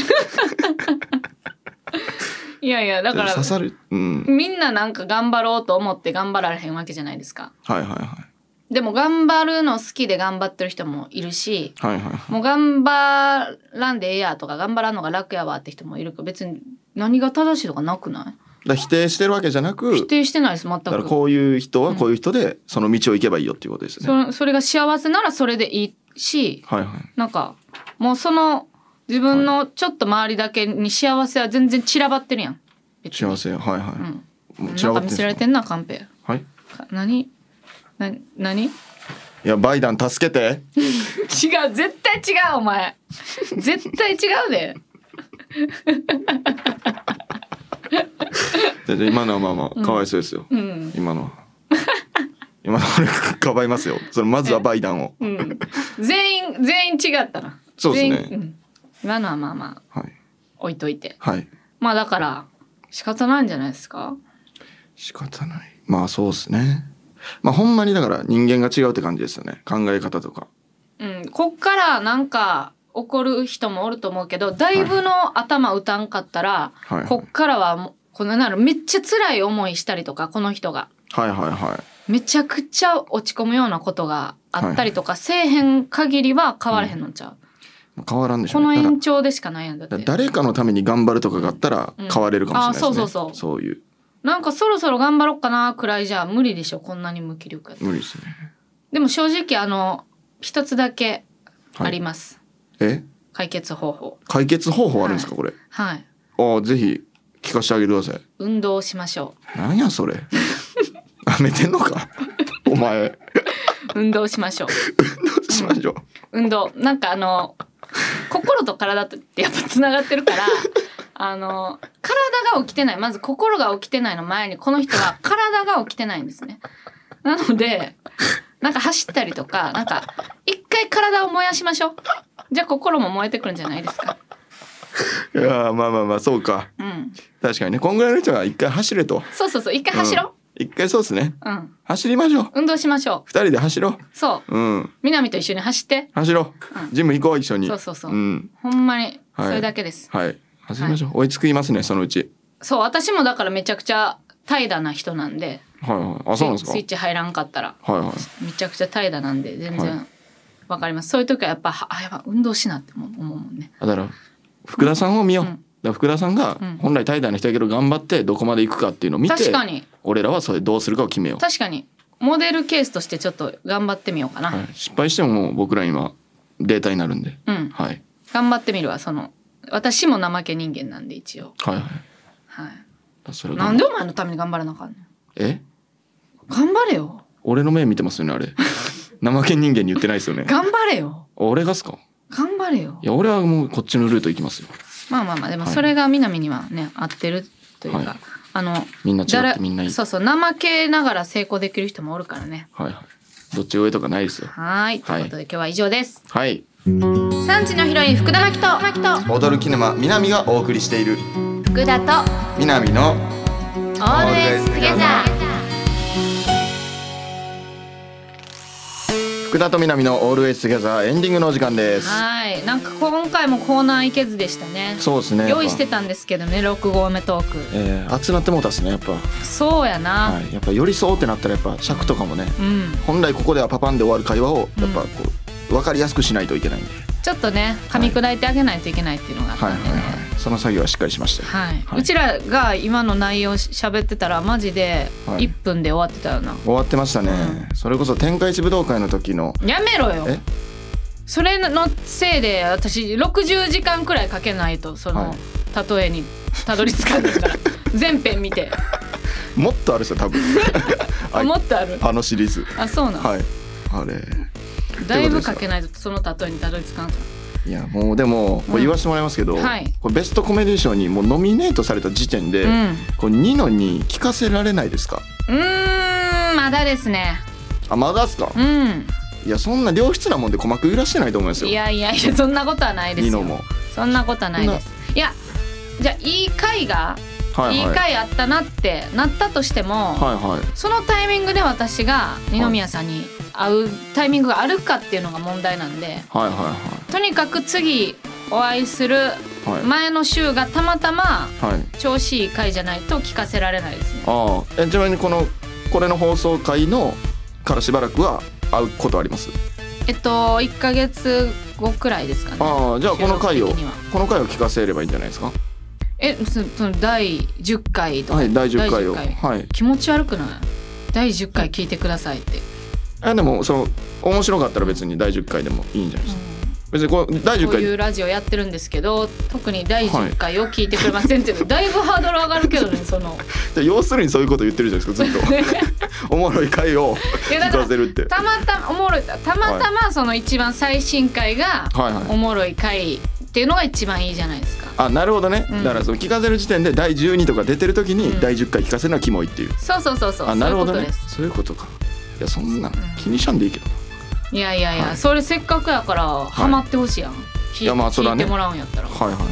[SPEAKER 1] いやいやだから
[SPEAKER 2] 刺さるうん
[SPEAKER 1] みんななんか頑張ろうと思って頑張られへんわけじゃないですか。
[SPEAKER 2] はいはいは
[SPEAKER 1] でも頑張るの好きで頑張ってる人もいるし
[SPEAKER 2] いはいはい
[SPEAKER 1] もう頑張らんでええやとか頑張らんのが楽やわって人もいるけど別に何が正しいとかなくない
[SPEAKER 2] だから否定してるわけじゃなく
[SPEAKER 1] 否定してないです全
[SPEAKER 2] だから
[SPEAKER 1] く
[SPEAKER 2] こういう人はこういう人でその道を行けばいいよっていうことですよね、
[SPEAKER 1] そそれが幸せならそれでいいし
[SPEAKER 2] はいはい
[SPEAKER 1] なんかもうその自分のちょっと周りだけに幸せは全然散らばってるやん別に
[SPEAKER 2] 幸せはいは
[SPEAKER 1] うん
[SPEAKER 2] い、もう
[SPEAKER 1] な
[SPEAKER 2] 散ら
[SPEAKER 1] ん
[SPEAKER 2] ば
[SPEAKER 1] か見
[SPEAKER 2] ってるん
[SPEAKER 1] せら
[SPEAKER 2] で
[SPEAKER 1] れ
[SPEAKER 2] すか
[SPEAKER 1] てんなカンペ
[SPEAKER 2] はい
[SPEAKER 1] か何な何違う
[SPEAKER 2] いやバイダン助けて
[SPEAKER 1] 絶対違うお前絶対違うで
[SPEAKER 2] でで今のはまあまあかわいそうですよ、
[SPEAKER 1] うん
[SPEAKER 2] 今のは今のは俺がかばいますよそれまずはバイダンを
[SPEAKER 1] うん全員全員違ったな
[SPEAKER 2] そうですね
[SPEAKER 1] 全員ん今のはまあまあ
[SPEAKER 2] はい
[SPEAKER 1] 置いといて
[SPEAKER 2] はい
[SPEAKER 1] まあだから仕方ないんじゃないですか
[SPEAKER 2] 仕方ないまあそうですねまあほんまにだから人間が違うって感じですよね考え方とか
[SPEAKER 1] うんこっからなんか怒る人もおると思うけどだいぶの頭打たんかったら、
[SPEAKER 2] はいはい
[SPEAKER 1] こっからはもうこのなるめっちゃ辛い思いしたりとかこの人が
[SPEAKER 2] はいはいはい
[SPEAKER 1] めちゃくちゃ落ち込むようなことがあったりとか、せえへん限りは変われへんのちゃう、
[SPEAKER 2] まあ変わらんでしょ
[SPEAKER 1] こ
[SPEAKER 2] う
[SPEAKER 1] の
[SPEAKER 2] ね
[SPEAKER 1] 延長でしかないやんだった
[SPEAKER 2] だ
[SPEAKER 1] て
[SPEAKER 2] だ誰かのために頑張るとかがあったら
[SPEAKER 1] うん
[SPEAKER 2] 変われるかもしれないですね、
[SPEAKER 1] あそうそうそう
[SPEAKER 2] そういう
[SPEAKER 1] なんかそろそろ頑張ろっかなくらいじゃ無理でしょこんなに無気力やったら
[SPEAKER 2] 無理ですね
[SPEAKER 1] でも正直あの一つだけあります、
[SPEAKER 2] え
[SPEAKER 1] 解決方法
[SPEAKER 2] 解決方法あるんですか、
[SPEAKER 1] は
[SPEAKER 2] これ
[SPEAKER 1] はい
[SPEAKER 2] ああぜひ聞かせてあげてください
[SPEAKER 1] 運動をしましょ
[SPEAKER 2] なんやそれ 舐めてんの かお前
[SPEAKER 1] う運動をしましょう
[SPEAKER 2] どうしましょう、
[SPEAKER 1] 運動なんかあの心と体ってやっぱつながってる からあの体が起きてないまず心が起きてないの前にこの人は体が起きてないんですねなのでなんか走ったりとかなんか一回体を燃やしましょうじゃあ心も燃えてくるんじゃないですか
[SPEAKER 2] いやーまあまあまあそうか
[SPEAKER 1] うん
[SPEAKER 2] 確かにねこんぐらいの人は一回走れと
[SPEAKER 1] そうそうそう一回走ろ
[SPEAKER 2] うん一回そうですね
[SPEAKER 1] ううん、
[SPEAKER 2] 走りましょう
[SPEAKER 1] 運動しましょう
[SPEAKER 2] 二人で走ろ
[SPEAKER 1] そう
[SPEAKER 2] ううん
[SPEAKER 1] 南と一緒に走って
[SPEAKER 2] 走ろ
[SPEAKER 1] う
[SPEAKER 2] うジム行こう一緒に
[SPEAKER 1] そうそうそうんほんまに
[SPEAKER 2] はい
[SPEAKER 1] それだけです、
[SPEAKER 2] はい走りましょう、追いつきますねそのうち
[SPEAKER 1] そう私もだからめちゃくちゃ怠惰な人なんで
[SPEAKER 2] はいはいあそうなんです
[SPEAKER 1] スイッ
[SPEAKER 2] か
[SPEAKER 1] チ入らんかったら
[SPEAKER 2] はいはい
[SPEAKER 1] めちゃくちゃ怠惰なんで全
[SPEAKER 2] は
[SPEAKER 1] 然わかります、そういう時はやっぱあやばい運動しなって思う思うもんね
[SPEAKER 2] あだから福田さんを見よう、
[SPEAKER 1] うん
[SPEAKER 2] だから福田さんが
[SPEAKER 1] うん
[SPEAKER 2] 本来怠惰な人やけど頑張ってどこまで行くかっていうのを見て
[SPEAKER 1] 確かに
[SPEAKER 2] 俺らはそれどうするかを決めよう
[SPEAKER 1] 確かにモデルケースとしてちょっと頑張ってみようかな、
[SPEAKER 2] はい、失敗してももう僕ら今データになるんで、
[SPEAKER 1] うん
[SPEAKER 2] はい、
[SPEAKER 1] 頑張ってみるわその私も怠け人間なんで一応
[SPEAKER 2] はいはい
[SPEAKER 1] はい
[SPEAKER 2] それが
[SPEAKER 1] なんでお前のために頑張らなあかんねん
[SPEAKER 2] え
[SPEAKER 1] 頑張れよ
[SPEAKER 2] 俺の目見てますよね あれ怠け人間に言ってないですよね
[SPEAKER 1] 頑張れよ
[SPEAKER 2] 俺がっすか
[SPEAKER 1] 頑張れよ
[SPEAKER 2] いや俺はもうこっちのルート行きますよ
[SPEAKER 1] まあまあまあでも
[SPEAKER 2] はい
[SPEAKER 1] それが南にはね、合ってるというか、
[SPEAKER 2] はい
[SPEAKER 1] あの
[SPEAKER 2] みんな違
[SPEAKER 1] だ
[SPEAKER 2] っ
[SPEAKER 1] ら
[SPEAKER 2] てみんないい
[SPEAKER 1] そうそう怠けながら成功できる人もおるからね
[SPEAKER 2] はいはいどっち上とかないですよ
[SPEAKER 1] はーいということで今日は以上です
[SPEAKER 2] はい
[SPEAKER 1] 産地のヒロイン福田真希と真希と
[SPEAKER 2] 踊るキヌマ南がお送りしている
[SPEAKER 1] 福田と
[SPEAKER 2] 南の
[SPEAKER 1] オールエストゲザー
[SPEAKER 2] 福田と南のオールウェイスギャザーエンディングのお時間です
[SPEAKER 1] はいなんか今回もコーナーいけずでしたね
[SPEAKER 2] そうですね
[SPEAKER 1] 用意して
[SPEAKER 2] やっぱ
[SPEAKER 1] たんですけどね6合目トーク
[SPEAKER 2] えー、熱なってもうたっすねやっぱ、
[SPEAKER 1] そうやな、
[SPEAKER 2] はい、やっぱ寄り添おうってなったらやっぱ尺とかもね
[SPEAKER 1] うん
[SPEAKER 2] 本来ここではパパンで終わる会話をやっぱこう分かりやすくしないといけないんで、
[SPEAKER 1] ちょっとね噛み砕いてあげないといけないっていうのがあった
[SPEAKER 2] はい
[SPEAKER 1] ん
[SPEAKER 2] はい
[SPEAKER 1] でね、
[SPEAKER 2] はい、その作業はしっかりしましたよ
[SPEAKER 1] はい、
[SPEAKER 2] はいう
[SPEAKER 1] ちらが今の内容し喋ってたらマジで
[SPEAKER 2] はい
[SPEAKER 1] 1分で終わってたよな、
[SPEAKER 2] 終わってましたね、
[SPEAKER 1] う
[SPEAKER 2] それこそ天下一武道会の時の
[SPEAKER 1] やめろよ
[SPEAKER 2] え
[SPEAKER 1] それのせいで私60時間くらいかけないとその
[SPEAKER 2] はい
[SPEAKER 1] 例えにたどり着かない から全編見て
[SPEAKER 2] もっとあるっすよ多 分はい
[SPEAKER 1] 思ってある
[SPEAKER 2] あのシリーズ
[SPEAKER 1] あそうなん、
[SPEAKER 2] はいあれ
[SPEAKER 1] だいぶかけないとその例えにたどり着かんか
[SPEAKER 2] いやもうでもこれ言わせてもらいますけど、
[SPEAKER 1] はい
[SPEAKER 2] これベストコメディ賞にもうノミネートされた時点で、
[SPEAKER 1] らうん
[SPEAKER 2] これニノに聞かせられないですか
[SPEAKER 1] うーんまだですね
[SPEAKER 2] あまだっすか
[SPEAKER 1] うん
[SPEAKER 2] いやそんな良質なもんで鼓膜揺らしてないと思いますよ
[SPEAKER 1] いやいやいやそんなことはないです
[SPEAKER 2] ニ
[SPEAKER 1] よ
[SPEAKER 2] ノも
[SPEAKER 1] そんなことはないですいやじゃあいい回が
[SPEAKER 2] はいい
[SPEAKER 1] い
[SPEAKER 2] はいはい
[SPEAKER 1] 回あったなってなったとしても、
[SPEAKER 2] はい
[SPEAKER 1] そのタイミングで私が二宮さんに会うタイミングがあるかっていうのが問題なんで
[SPEAKER 2] はいはい
[SPEAKER 1] とにかく次お会いする
[SPEAKER 2] はいはい
[SPEAKER 1] 前の週がたまたま
[SPEAKER 2] はい
[SPEAKER 1] 調子いい回じゃないと聞かせられないですね
[SPEAKER 2] ああえちなみにこのこれの放送回のからしばらくは会うことあります
[SPEAKER 1] えっと1ヶ月後くらいですかね
[SPEAKER 2] ああじゃあこの回を
[SPEAKER 1] 収録的には
[SPEAKER 2] この回を聞かせればいいんじゃないですか
[SPEAKER 1] えそその第10回とか、
[SPEAKER 2] はい第10回を
[SPEAKER 1] 第10
[SPEAKER 2] はい
[SPEAKER 1] 気持ち悪くない第10回聞いてくださいって、
[SPEAKER 2] あでもその面白かったら別に第10回でもいいんじゃないですか別にこう第10
[SPEAKER 1] こうい
[SPEAKER 2] 回
[SPEAKER 1] うラジオやってるんですけど特に第10回を聞いてくれませんって、 だいぶハードル上がるけどねその
[SPEAKER 2] で要するにそういうこと言ってるじゃないですか ずっと おもろい回を
[SPEAKER 1] いやだ
[SPEAKER 2] 聞
[SPEAKER 1] から
[SPEAKER 2] かせるって
[SPEAKER 1] たまたまおもろいたまたまその一番最新回が
[SPEAKER 2] はいはい
[SPEAKER 1] おもろい回っていうのが一番いいじゃないですか
[SPEAKER 2] あなるほどね、
[SPEAKER 1] うん
[SPEAKER 2] だからその聞かせる時点で第12とか出てる時に
[SPEAKER 1] うん
[SPEAKER 2] 第10回聞かせるのはキモいっていう、
[SPEAKER 1] そうそうそうそう
[SPEAKER 2] あなるほど
[SPEAKER 1] そうい
[SPEAKER 2] ね
[SPEAKER 1] うことです
[SPEAKER 2] そういうことかいやそんなん
[SPEAKER 1] うん
[SPEAKER 2] 気にしゃんでいいけど、
[SPEAKER 1] いやいやいや、
[SPEAKER 2] はい
[SPEAKER 1] それせっかくやからハマってほしいやん、聞い
[SPEAKER 2] いやまあそれ
[SPEAKER 1] 聞
[SPEAKER 2] はいね
[SPEAKER 1] てもらうんやったら、
[SPEAKER 2] はいはいはい
[SPEAKER 1] うん
[SPEAKER 2] い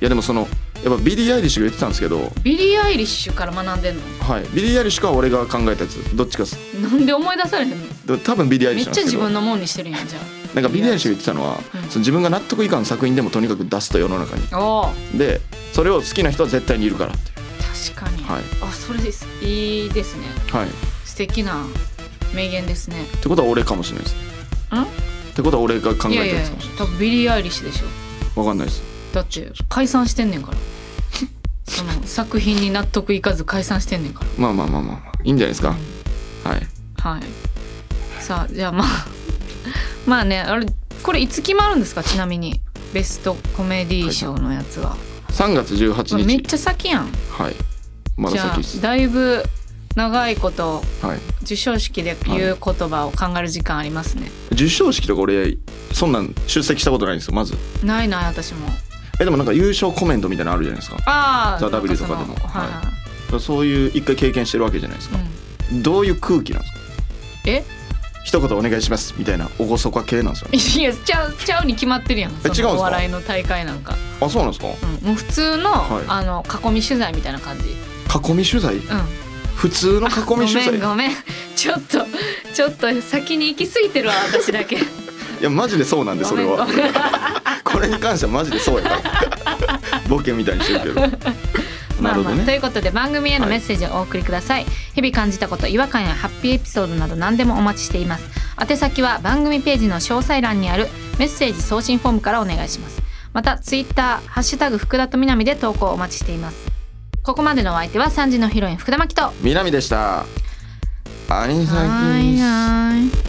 [SPEAKER 2] やでもそのやっぱビリー・アイリッシュが言ってたんですけど、
[SPEAKER 1] ビリー・アイリッシュから学んでんの
[SPEAKER 2] はい、ビリー・アイリッシュか俺が考えたやつどっちかっす
[SPEAKER 1] なんで思い出されへんの
[SPEAKER 2] ど多分ビリー・アイリ
[SPEAKER 1] め
[SPEAKER 2] ッ
[SPEAKER 1] っ
[SPEAKER 2] シ
[SPEAKER 1] ちゃ
[SPEAKER 2] ュなんで
[SPEAKER 1] 自
[SPEAKER 2] すけど
[SPEAKER 1] 分のもんにしてるやんじゃあ
[SPEAKER 2] なんかビリー・アイリッシュが言ってたのは、
[SPEAKER 1] うん
[SPEAKER 2] その自分が納得いかん作品でもとにかく出すと世の中に
[SPEAKER 1] おー
[SPEAKER 2] でそれを好きな人は絶対にいるからって
[SPEAKER 1] 確かに、
[SPEAKER 2] はい
[SPEAKER 1] あそれですいいですね
[SPEAKER 2] はいっ
[SPEAKER 1] 素敵な名言ですね
[SPEAKER 2] てことは俺かもしれないです
[SPEAKER 1] ん
[SPEAKER 2] ってことは俺が考
[SPEAKER 1] い
[SPEAKER 2] え
[SPEAKER 1] や
[SPEAKER 2] た
[SPEAKER 1] いや
[SPEAKER 2] やつかもしれない
[SPEAKER 1] 多分ビリー・アイリッシュでしょ
[SPEAKER 2] わかんないです
[SPEAKER 1] だって解散してんねんから その作品に納得いかず解散してんねんか
[SPEAKER 2] まあまあまあまあ、まあ、いいんじゃないですか、はい
[SPEAKER 1] らはいさあじゃあまあ まあねあれこれいつ決まるんですかちなみにベストコメディ賞のやつは、
[SPEAKER 2] 3月18
[SPEAKER 1] まあ
[SPEAKER 2] 日
[SPEAKER 1] めっちゃ先やん、
[SPEAKER 2] はいま
[SPEAKER 1] じ
[SPEAKER 2] だ
[SPEAKER 1] ゃあ
[SPEAKER 2] 先です
[SPEAKER 1] だいぶ長いこと
[SPEAKER 2] はい
[SPEAKER 1] 授賞式で言う言葉を考える時間ありますね、
[SPEAKER 2] 授賞式とか俺そんなん出席したことないんですよまず
[SPEAKER 1] ないない私も
[SPEAKER 2] えでもなんか優勝コメントみたいなのあるじゃないですかだか
[SPEAKER 1] ああ
[SPEAKER 2] ザ W とかで
[SPEAKER 1] は
[SPEAKER 2] も
[SPEAKER 1] い
[SPEAKER 2] は
[SPEAKER 1] はい
[SPEAKER 2] らそういう一回経験してるわけじゃないです
[SPEAKER 1] い、う
[SPEAKER 2] か、
[SPEAKER 1] ん、
[SPEAKER 2] どういう空気なんですか
[SPEAKER 1] え
[SPEAKER 2] 一言お願いしますみたいな厳か系なんですよね
[SPEAKER 1] いやちゃうちゃうに決まってるやんその
[SPEAKER 2] 違うんすか
[SPEAKER 1] お笑いの大会なんか、
[SPEAKER 2] あそうなんですか
[SPEAKER 1] うん、もう普通の,、
[SPEAKER 2] はい
[SPEAKER 1] あの囲み取材みたいな感じ、
[SPEAKER 2] 囲み取材
[SPEAKER 1] う
[SPEAKER 2] 普通の
[SPEAKER 1] ん、
[SPEAKER 2] 囲み取
[SPEAKER 1] ご
[SPEAKER 2] 材
[SPEAKER 1] めんごめんちょっとちょっと先に行き過ぎてるわ私だけ
[SPEAKER 2] いやマジでそうなんで
[SPEAKER 1] ご
[SPEAKER 2] そ
[SPEAKER 1] め
[SPEAKER 2] れ
[SPEAKER 1] んご
[SPEAKER 2] は
[SPEAKER 1] めん
[SPEAKER 2] これに関してはマジでそうや からボケみたいにしてるけどな
[SPEAKER 1] まあ
[SPEAKER 2] るほ
[SPEAKER 1] ま
[SPEAKER 2] ど
[SPEAKER 1] あ、とい
[SPEAKER 2] ね
[SPEAKER 1] うことで番組へのメッセージをお送りください、日々感じたこと違和感やハッピーエピソードなど何でもお待ちしています宛先は番組ページの詳細欄にあるメッセージ送信フォームからお願いしますまたツイッターハッシュタグ福田とみなみで投稿お待ちしていますここまでのお相手は3時のヒロイン福田真希と
[SPEAKER 2] 南でしたアニサキ
[SPEAKER 1] はいはい